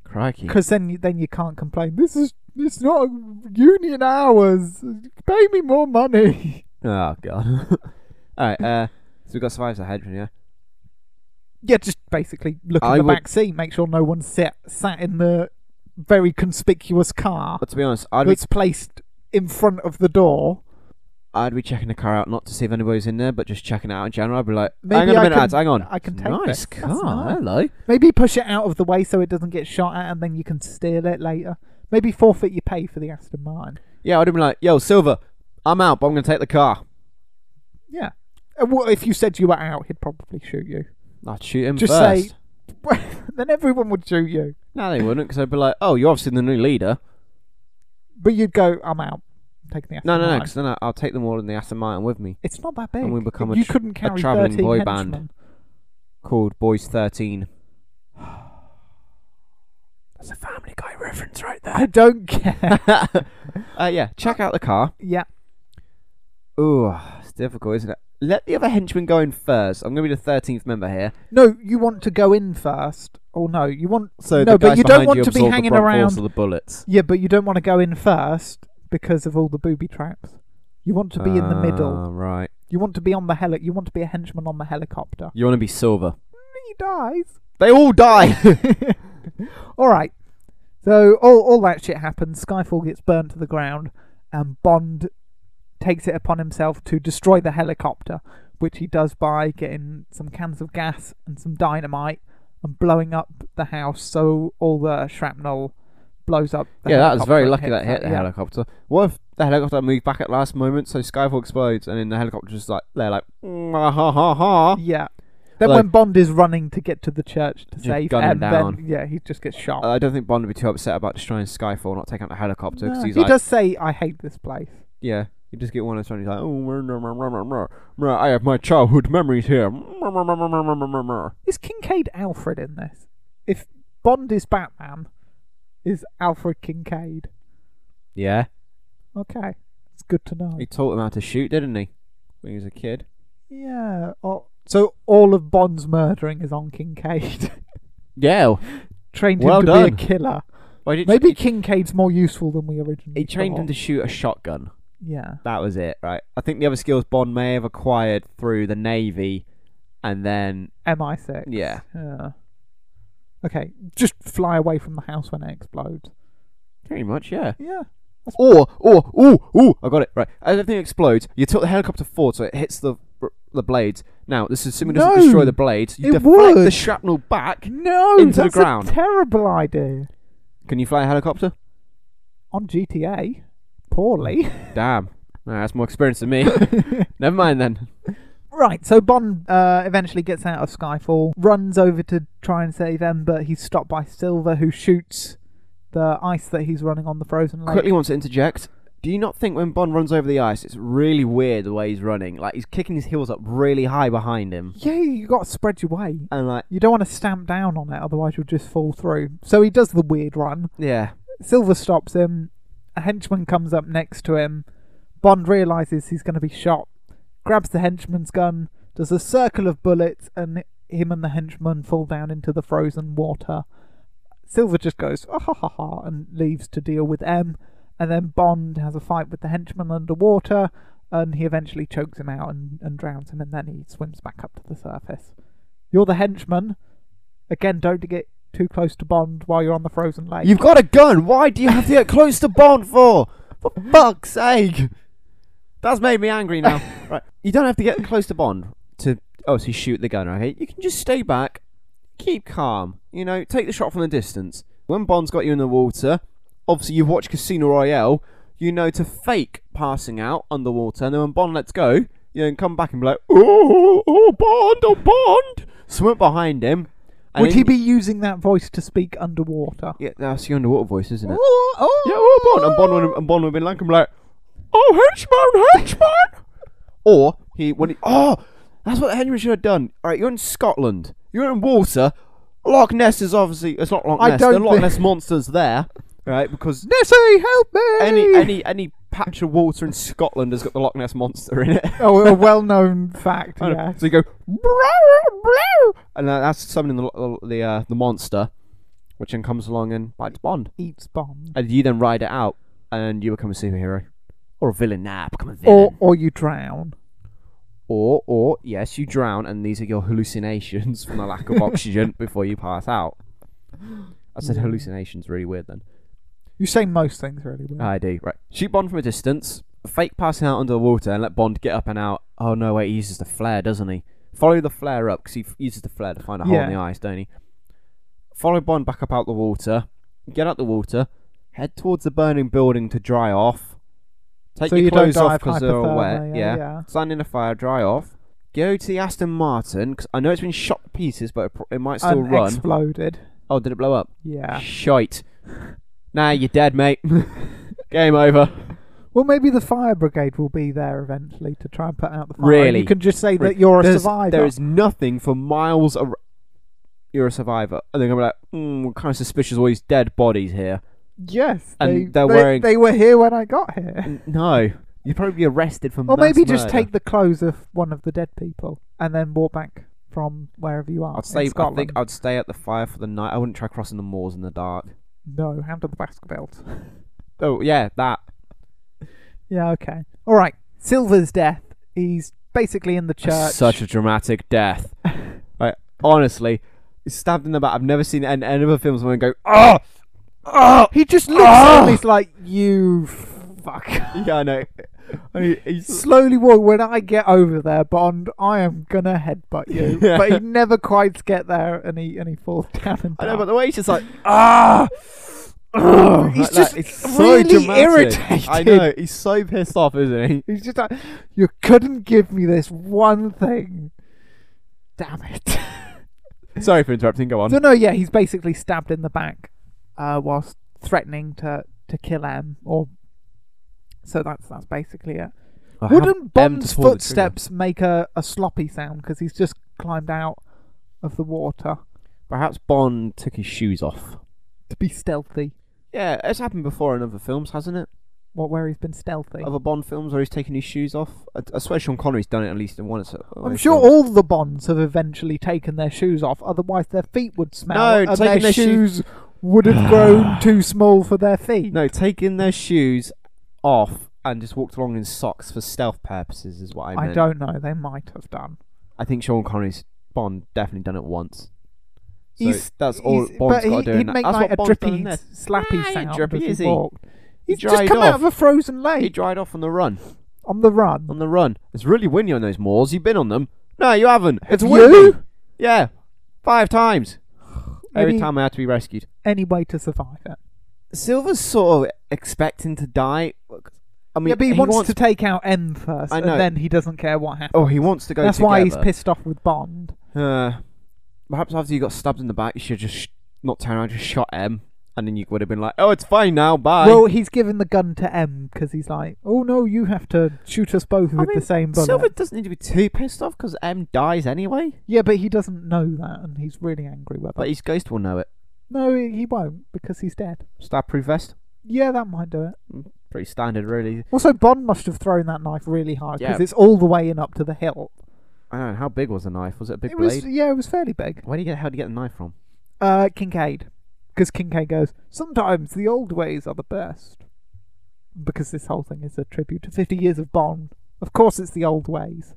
S3: Crikey!
S2: because then you, then you can't complain. This is it's not union hours. Pay me more money.
S3: Oh god! [laughs] All right, uh, so we've got survives the henchman, yeah.
S2: Yeah, just basically look in
S3: I
S2: the
S3: would-
S2: back seat, make sure no one's sat sat in the very conspicuous car
S3: But to be honest, I'd be
S2: that's placed in front of the door.
S3: I'd be checking the car out not to see if anybody's in there, but just checking it out in general. I'd be like, hang
S2: Maybe
S3: on a
S2: I
S3: minute,
S2: can-
S3: lads, hang on.
S2: I can
S3: It's
S2: take
S3: nice
S2: this. That's
S3: car.
S2: nice.
S3: Hello.
S2: Maybe push it out of the way so it doesn't get shot at, and then you can steal it later. Maybe forfeit your pay for the Aston Martin.
S3: Yeah, I'd be like, yo, Silver, I'm out, but I'm gonna take the car.
S2: Yeah. Uh, Well, if you said you were out, he'd probably shoot you. [laughs]
S3: I'd shoot him
S2: Just say-
S3: first.
S2: then everyone would shoot you.
S3: No, they wouldn't, because I'd be like, oh, you're obviously the new leader.
S2: But you'd go, I'm out. I'm taking the Aston
S3: No, no, no,
S2: Martin.
S3: because then I- I'll take them all in the Aston Martin with me,
S2: It's not that big.
S3: and we become a
S2: you
S3: tr-
S2: couldn't carry
S3: travelling
S2: 13
S3: boy band.
S2: henchmen.
S3: called
S2: [laughs]
S3: Boys 13. [gasps] That's a Family Guy reference right
S2: I don't care. [laughs]
S3: uh, yeah, check out the car.
S2: yeah.
S3: Ooh, it's difficult, isn't it? Let the other henchman go in first. I'm gonna be the 13th member here.
S2: No, you want to go in first. Oh no, you want.
S3: So
S2: no,
S3: the
S2: but
S3: guys
S2: you don't
S3: behind
S2: want to be
S3: absorb the
S2: hanging
S3: brunt force
S2: around.
S3: of the bullets.
S2: Yeah, but you don't want to go in first because of all the booby traps. You want to be in the middle.
S3: Ah, Right.
S2: You want to be on the heli. You want to be a henchman on the helicopter.
S3: You want to be silver.
S2: He dies.
S3: They
S2: [laughs]
S3: all die.
S2: all right. So all all that shit happens. Skyfall gets burned to the ground, and Bond takes it upon himself to destroy the helicopter, which he does by getting some cans of gas and some dynamite and blowing up the house. So all the shrapnel blows up. The
S3: yeah, that was very lucky
S2: helicopter
S3: that
S2: and
S3: hit
S2: hits
S3: the
S2: her, yeah.
S3: helicopter. What if the helicopter moved back at last moment, so Skyfall explodes, and then the helicopter just like they're like "Mm, ah, ha ha ha.
S2: Yeah. Then
S3: Like-
S2: when Bond is running to get to the church to
S3: Just
S2: save
S3: gun him
S2: and
S3: down. Uh,
S2: then yeah, he just gets shot.
S3: I don't think Bond would be too upset about destroying Skyfall, not taking out the helicopter, because
S2: No,
S3: he's
S2: he
S3: like,
S2: does say, "I hate this place."
S3: yeah, you just get one of those. and He's like, oh, rah, rah, rah, rah, rah, rah, rah, I have my childhood memories here. [laughs] Rah, rah, rah, rah, rah, rah, rah, rah."
S2: Is Kincaid Alfred in this? If Bond is Batman, is Alfred Kincaid?
S3: Yeah,
S2: Okay, it's good to know.
S3: he taught him how to shoot, didn't he? When he was a kid.
S2: Yeah. oh, so all of Bond's murdering is on Kincaid.
S3: Yeah.
S2: [laughs] Trained
S3: Well
S2: him to
S3: done.
S2: be a killer.
S3: Why did
S2: Maybe Oh. Kincaid's more useful than we originally.
S3: he trained him to
S2: thought.
S3: shoot a shotgun?
S2: Yeah.
S3: that was it, right? I think the other skills Bond may have acquired through the Navy, and then
S2: MI6.
S3: Yeah.
S2: Yeah. Okay, just fly away from the house when it explodes.
S3: pretty much, yeah.
S2: Yeah.
S3: Or, or, ooh, ooh, I got it right. As everything explodes, you tilt the helicopter forward so it hits the the blades. Now, this is assuming it doesn't
S2: No,
S3: destroy the blades. You
S2: it
S3: deflect the
S2: would.
S3: shrapnel back.
S2: No,
S3: Into the
S2: that's
S3: ground.
S2: a terrible idea.
S3: Can you fly a helicopter?
S2: On GTA, poorly.
S3: Damn, No, that's more
S2: [laughs]
S3: experience than me. Never mind then.
S2: Right, so Bond uh, eventually gets out of Skyfall, runs over to try and save Ember. He's stopped by Silver, who shoots the ice that he's running on the frozen lake.
S3: Quickly wants to interject. Do you not think when Bond runs over the ice, it's really weird the way he's running? Like he's kicking his heels up really high behind him,
S2: Yeah, you got to spread your way.
S3: and like,
S2: You don't want to stamp down on it, otherwise you'll just fall through. So he does the weird run.
S3: yeah,
S2: Silver stops him. A henchman comes up next to him. Bond realizes he's going to be shot, grabs the henchman's gun, does a circle of bullets, and him and the henchman fall down into the frozen water. Silver just goes, ah ha ha ha, and leaves to deal with M. And then Bond has a fight with the henchman underwater, and he eventually chokes him out and, and drowns him, and then he swims back up to the surface. You're the henchman. Again, don't get too close to Bond while you're on the frozen lake.
S3: You've got a gun. Why do you have to get close to Bond for? For fuck's sake! That's made me
S2: [laughs]
S3: angry now. right, you don't have to get close to Bond to obviously shoot the gun. Okay, you can just stay back, keep calm. You know, take the shot from a distance. When Bond's got you in the water, obviously you've watched Casino Royale. You know to fake passing out underwater, and then when Bond lets go, you then come back and be like, "Oh, oh, Bond, oh, Bond!" Swim behind him. and
S2: Would
S3: then-
S2: he be using that voice to speak underwater?
S3: Yeah, that's the underwater voice, isn't it?
S2: Oh, oh.
S3: Yeah, well, Bond. And Bond would, and Bond would have been like, I'm like, oh, henchman, henchman. or he, when he, oh, that's what Henry should have done. All right, you're in Scotland. You're in water. Loch Ness is obviously, it's not Loch
S2: I
S3: Ness.
S2: don't
S3: the Loch
S2: thi-
S3: Ness monster's there.
S2: [laughs]
S3: right? Because
S2: Nessie, help me!
S3: any any any patch of water in Scotland has got the Loch Ness monster in it.
S2: [laughs]
S3: [laughs]
S2: oh, a well-known fact.
S3: I know.
S2: yes.
S3: So you go, "Brow, brow," and uh, that's summoning the the uh, the monster, which then comes along and bites Bond,
S2: Eats bomb.
S3: and you then ride it out, and you become a superhero, or a villain. Nah, become a
S2: Or
S3: villain.
S2: or you drown.
S3: Or, or yes, you drown, and these are your hallucinations [laughs] from the lack of oxygen before you pass out. I said hallucinations, really weird then.
S2: You say most things really well.
S3: I do, right. Shoot Bond from a distance, fake passing out underwater, and let Bond get up and out. Oh no, wait, he uses the flare, doesn't he? Follow the flare up, because he f- uses the flare to find a hole in
S2: Yeah.
S3: the ice, don't he? Follow Bond back up out the water, get out the water, head towards the burning building to dry off. Take
S2: So
S3: your
S2: you don't
S3: clothes
S2: die
S3: off
S2: of
S3: because they're all
S2: hypothermia,
S3: wet. Yeah.
S2: yeah.
S3: Stand in the fire, dry off. Go to the Aston Martin, because I know it's been shot to pieces, but it, pro- it might still
S2: and
S3: run.
S2: exploded.
S3: oh, did it blow up?
S2: Yeah.
S3: Shite. Nah, you're dead, mate. [laughs] Game over.
S2: Well, maybe the fire brigade will be there eventually to try and put out the fire.
S3: Really?
S2: You can just say
S3: Really?
S2: that you're a
S3: There's-
S2: survivor.
S3: There is nothing for miles. Ar- you're a survivor, and they're gonna be like, mm, "We're kind of suspicious of all these dead bodies here."
S2: Yes.
S3: And
S2: they,
S3: they're
S2: they-
S3: wearing-
S2: They were here when I got here.
S3: N- no, you'd probably be arrested for.
S2: Or
S3: mass
S2: maybe just
S3: Mm, murder.
S2: take the clothes of one of the dead people and then walk back from wherever you are.
S3: I'd stay.
S2: in
S3: I
S2: Scotland.
S3: think I'd stay at the fire for the night. I wouldn't try crossing the moors in the dark.
S2: No, hand to the basket belt.
S3: Oh yeah, that.
S2: Yeah, okay. All right. Silver's death. He's basically in the church.
S3: Such a dramatic
S2: [laughs]
S3: death. right, honestly, stabbed in the back. I've never seen any, any other films where I go, "Oh, oh."
S2: He just looks
S3: Ah! [laughs]
S2: at him. He's like, you fuck.
S3: Yeah, I know. I mean, he's
S2: Slowly walk. When I get over there, Bond, I am gonna headbutt you.
S3: [laughs] Yeah.
S2: But he never quite get there, and he and he falls down. And
S3: I know, but
S2: down.
S3: the way he's just like ah, ah,"
S2: [sighs] He's
S3: like that,
S2: just really irritated.
S3: I know he's so pissed off, isn't he? [laughs]
S2: he's just like, you couldn't give me this one thing. Damn it.
S3: Sorry for interrupting. Go on.
S2: so no, yeah, he's basically stabbed in the back, uh, whilst threatening to to kill M. Or so that's that's basically it. Wouldn't Bond's footsteps make a, a sloppy sound because he's just climbed out of the water
S3: Perhaps Bond took his shoes off.
S2: to be stealthy?
S3: Yeah, it's happened before in other films, hasn't it?
S2: What where he's been stealthy?
S3: Other Bond films where he's taken his shoes off. I, I swear Sean Connery's done it at least in one. so-
S2: I'm sure all the Bonds have eventually taken their shoes off, otherwise their feet would smell
S3: No,
S2: and
S3: taking
S2: their,
S3: their shoes-
S2: shoes would have
S3: [sighs]
S2: grown too small for their feet.
S3: No, taking their shoes off and just walked along in socks for stealth purposes is what I
S2: I
S3: meant.
S2: don't know. They might have done.
S3: I think Sean Connery's Bond definitely done it once. So
S2: He's-
S3: that's all
S2: he's-
S3: Bond's
S2: but
S3: got
S2: he,
S3: to do. in
S2: He'd
S3: that.
S2: make
S3: that's
S2: like
S3: what
S2: a
S3: Bond's done in
S2: drippy,
S3: this.
S2: slappy
S3: Ah, he ain't
S2: sound
S3: drippy,
S2: as
S3: is
S2: he
S3: he?
S2: walked.
S3: He
S2: He's just
S3: dried
S2: come
S3: off.
S2: out of a frozen
S3: He
S2: lake
S3: dried off on the run.
S2: on the run.
S3: On the run. It's really windy on those moors. You've been on them? No, you haven't. It's
S2: Have
S3: windy.
S2: you?
S3: Yeah, five times. Every
S2: Maybe-
S3: time I had to be rescued.
S2: Any way to survive it?
S3: Silver's sort of expecting to die. I mean,
S2: yeah, but he, wants, to take out M first,
S3: I know.
S2: and then he doesn't care what happens.
S3: Oh, he wants to go.
S2: That's why he's
S3: together.
S2: pissed off with Bond.
S3: Uh, perhaps after you got stabbed in the back, you should just sh- not turn around, just shot M, and then you would have been like, "Oh, it's fine now. Bye."
S2: well, he's given the gun to M because he's like, "Oh no, you have to shoot us both with
S3: mean,
S2: the same bullet."
S3: Silver doesn't need to be too pissed off because M dies anyway.
S2: Yeah, but he doesn't know that, and he's really angry with
S3: But
S2: it.
S3: his ghost will know it.
S2: No, he he won't because he's dead.
S3: Stab proof vest.
S2: Yeah, that might do it.
S3: Pretty standard, really.
S2: Also, Bond must have thrown that knife really hard because
S3: Yeah.
S2: it's all the way in up to the hilt.
S3: I don't know. How big was the knife? Was it a big
S2: it
S3: blade?
S2: was yeah, it was fairly big.
S3: Where do you get? How do you get the knife from?
S2: Uh, Kincaid, because Kincaid goes. Sometimes the old ways are the best, because this whole thing is a tribute to fifty years of Bond. Of course, it's the old ways.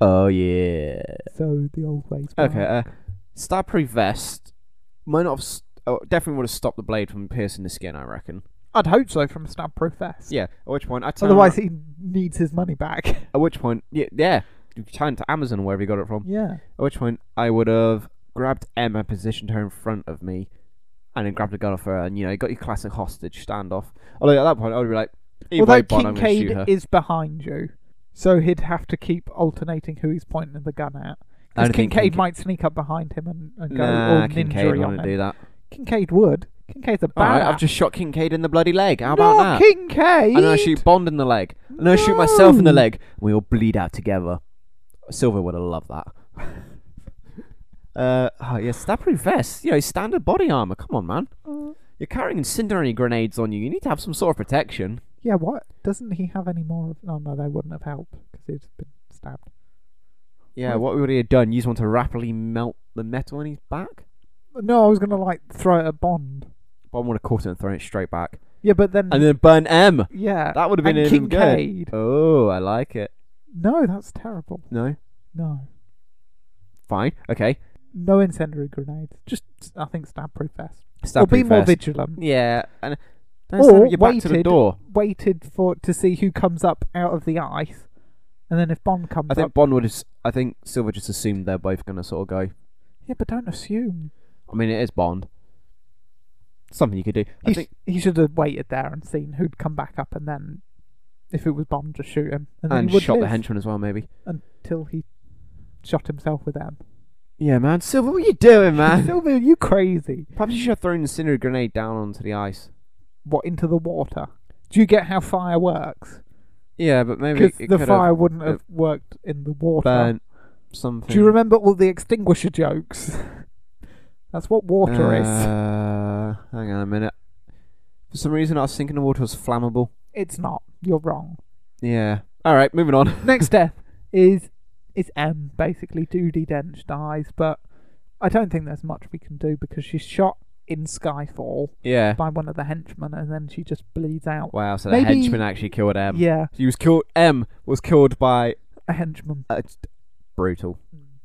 S3: Oh yeah.
S2: So the old ways. were-
S3: Okay. Uh, stab proof vest. Might not. Have s oh, definitely would have stopped the blade from piercing the skin. I reckon.
S2: I'd hope so from Stab Proof Fest.
S3: Yeah. At which point I turn
S2: Otherwise,
S3: around-
S2: he needs his money back. [laughs]
S3: at which point yeah yeah you turn to Amazon or wherever you got it from.
S2: yeah.
S3: At which point I would have grabbed Emma, positioned her in front of me, and then grabbed a gun off her, and you know got your classic hostage standoff. Although at that point I would be like, either way,
S2: Although
S3: Bond, I'm gonna shoot
S2: Kincaid
S3: her.
S2: is behind you, so he'd have to keep alternating who he's pointing the gun at.
S3: I
S2: Because
S3: don't think
S2: Kincaid,
S3: Kincaid-
S2: might sneak up behind him and, and go
S3: nah,
S2: all
S3: Kincaid
S2: ninja on
S3: wouldn't
S2: him.
S3: do that.
S2: Kincaid would. Kincaid's a badass.
S3: All right, I've just shot Kincaid in the bloody leg. How
S2: Not
S3: about that?
S2: Kincaid.
S3: And then I shoot Bond in the leg. And then I shoot myself in the
S2: No.
S3: leg. We all bleed out together. Silver would have loved that. [laughs] uh, oh, yeah, stab proof vest. You know, standard body armor. Come on, man. You're carrying incendiary grenades on you. You need to have some sort of protection.
S2: Yeah, what? Doesn't he have any more? Of... Oh no, they wouldn't have helped because he'd been stabbed.
S3: Yeah,
S2: Right.
S3: what would he have done? You just want to rapidly melt the metal in his back?
S2: No, I was gonna like throw it at Bond.
S3: Bomb would have caught it and thrown it straight back.
S2: Yeah, but then
S3: And then burn M.
S2: yeah,
S3: That would have been
S2: and
S3: even good.
S2: Kincaid.
S3: Oh, I like it.
S2: No, that's terrible.
S3: No,
S2: No,
S3: fine, okay.
S2: no incendiary grenades. Just I think stab proof vest.
S3: Stab
S2: or be
S3: him
S2: more
S3: first.
S2: vigilant.
S3: Yeah, and don't
S2: Or
S3: stand with your back to the
S2: waited.
S3: door.
S2: Waited for to see who comes up out of the ice, and then if Bond comes
S3: I think
S2: up,
S3: Bond would. Have, I think Silver just assumed they're both gonna sort of go.
S2: yeah, but don't assume.
S3: I mean, it is Bond. Something you could do. I
S2: He, sh-
S3: think,
S2: he should have waited there and seen who'd come back up, and then if it was Bond, just shoot him, and, then
S3: and
S2: he would
S3: shot the
S2: live
S3: henchman as well, maybe.
S2: until he shot himself with them.
S3: Yeah, man. Silver, what are you doing, [laughs] man?
S2: Silver, you crazy?
S3: Perhaps you should have thrown the incendiary grenade down onto the ice.
S2: What into the water? Do you get how fire works?
S3: Yeah, but maybe
S2: Because
S3: it, it
S2: the
S3: could
S2: fire
S3: have
S2: wouldn't
S3: uh,
S2: have worked in the water.
S3: burnt something.
S2: Do you remember all the extinguisher jokes? [laughs] That's what water is.
S3: Uh, hang on a minute. For some reason, I was thinking the water was flammable.
S2: It's not. You're wrong.
S3: Yeah. All right, moving on.
S2: Next death is is M basically Judy Dench dies, but I don't think there's much we can do because she's shot in Skyfall
S3: Yeah.
S2: by one of the henchmen and then she just bleeds out.
S3: Wow. So the
S2: Maybe-
S3: henchman actually killed M.
S2: yeah,
S3: He was killed. M was killed by
S2: a henchman.
S3: a t- brutal.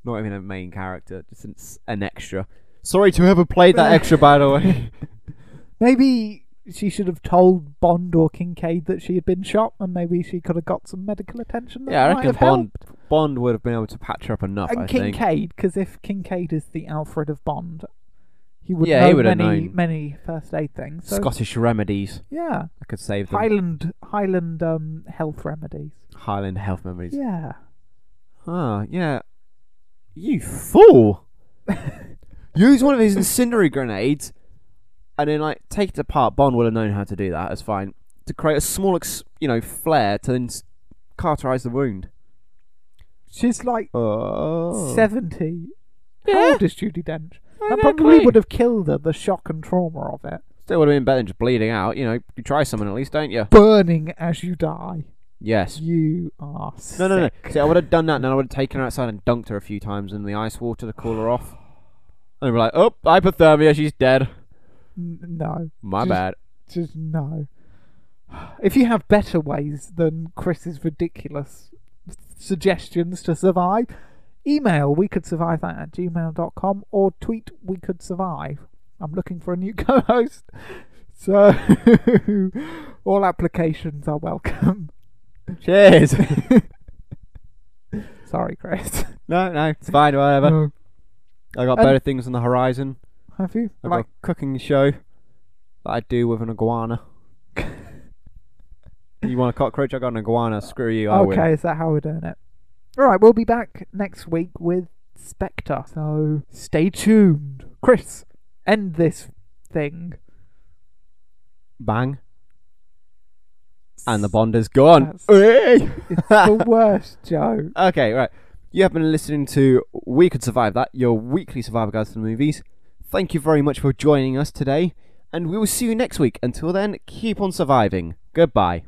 S3: Not even a main character, just an, s- an extra. Sorry to whoever
S2: [laughs]
S3: played that extra, by the way.
S2: Maybe she should have told Bond or Kincaid that she had been shot and maybe she could have got some medical attention. That
S3: Yeah, I
S2: might
S3: reckon
S2: have
S3: Bond-
S2: helped.
S3: Bond would have been able to patch her up enough. I
S2: and
S3: think.
S2: Kincaid, because if Kincaid is the Alfred of Bond, he would
S3: Yeah,
S2: know
S3: he would have
S2: many
S3: known.
S2: many first aid things. So,
S3: Scottish remedies.
S2: yeah,
S3: I could save them.
S2: Highland Highland um, health remedies.
S3: Highland health remedies.
S2: Yeah,
S3: Ah, yeah. You
S2: [laughs]
S3: fool! Use one of his incendiary grenades, and then like take it apart. Bond would have known how to do that. It's fine to create a small, ex- you know, flare to then s- cauterize the wound.
S2: she's like
S3: Oh,
S2: seventy. How
S3: Yeah,
S2: old is Judy Dench?
S3: I
S2: Oh, That
S3: don't
S2: probably
S3: know.
S2: would have killed her. The shock and trauma of it,
S3: Still would have been better than just bleeding out. You know, you try something at least, don't you?
S2: burning as you die.
S3: Yes.
S2: You are sick.
S3: No, no, no. See, I would have done that, and then I would have taken her outside and dunked her a few times in the ice water to cool her off. And we're like, oh, hypothermia, she's dead.
S2: N- no,
S3: My
S2: She's-
S3: bad.
S2: just no. If you have better ways than Chris's ridiculous suggestions to survive, email we could survive that at gmail.com or tweet we could survive. I'm looking for a new [laughs] co host. So [laughs] all applications are welcome. [laughs]
S3: Cheers. [laughs]
S2: Sorry, Chris.
S3: No, no, it's fine, whatever.
S2: No.
S3: I got
S2: Um,
S3: better things on the horizon.
S2: Have you?
S3: I've
S2: Like,
S3: got a cooking show that I do with an [laughs] iguana. you want a cockroach? I got an iguana. Screw you. I win.
S2: okay, is that how we're doing it? Alright, we'll be back next week with Spectre. So stay tuned. Chris, end this thing.
S3: Bang. And the bond is gone.
S2: That's-
S3: Hey!
S2: It's
S3: [laughs]
S2: the worst joke.
S3: okay, right. You have been listening to We Could Survive That, your weekly survival guide to the movies. Thank you very much for joining us today, and we will see you next week. Until then, keep on surviving. Goodbye.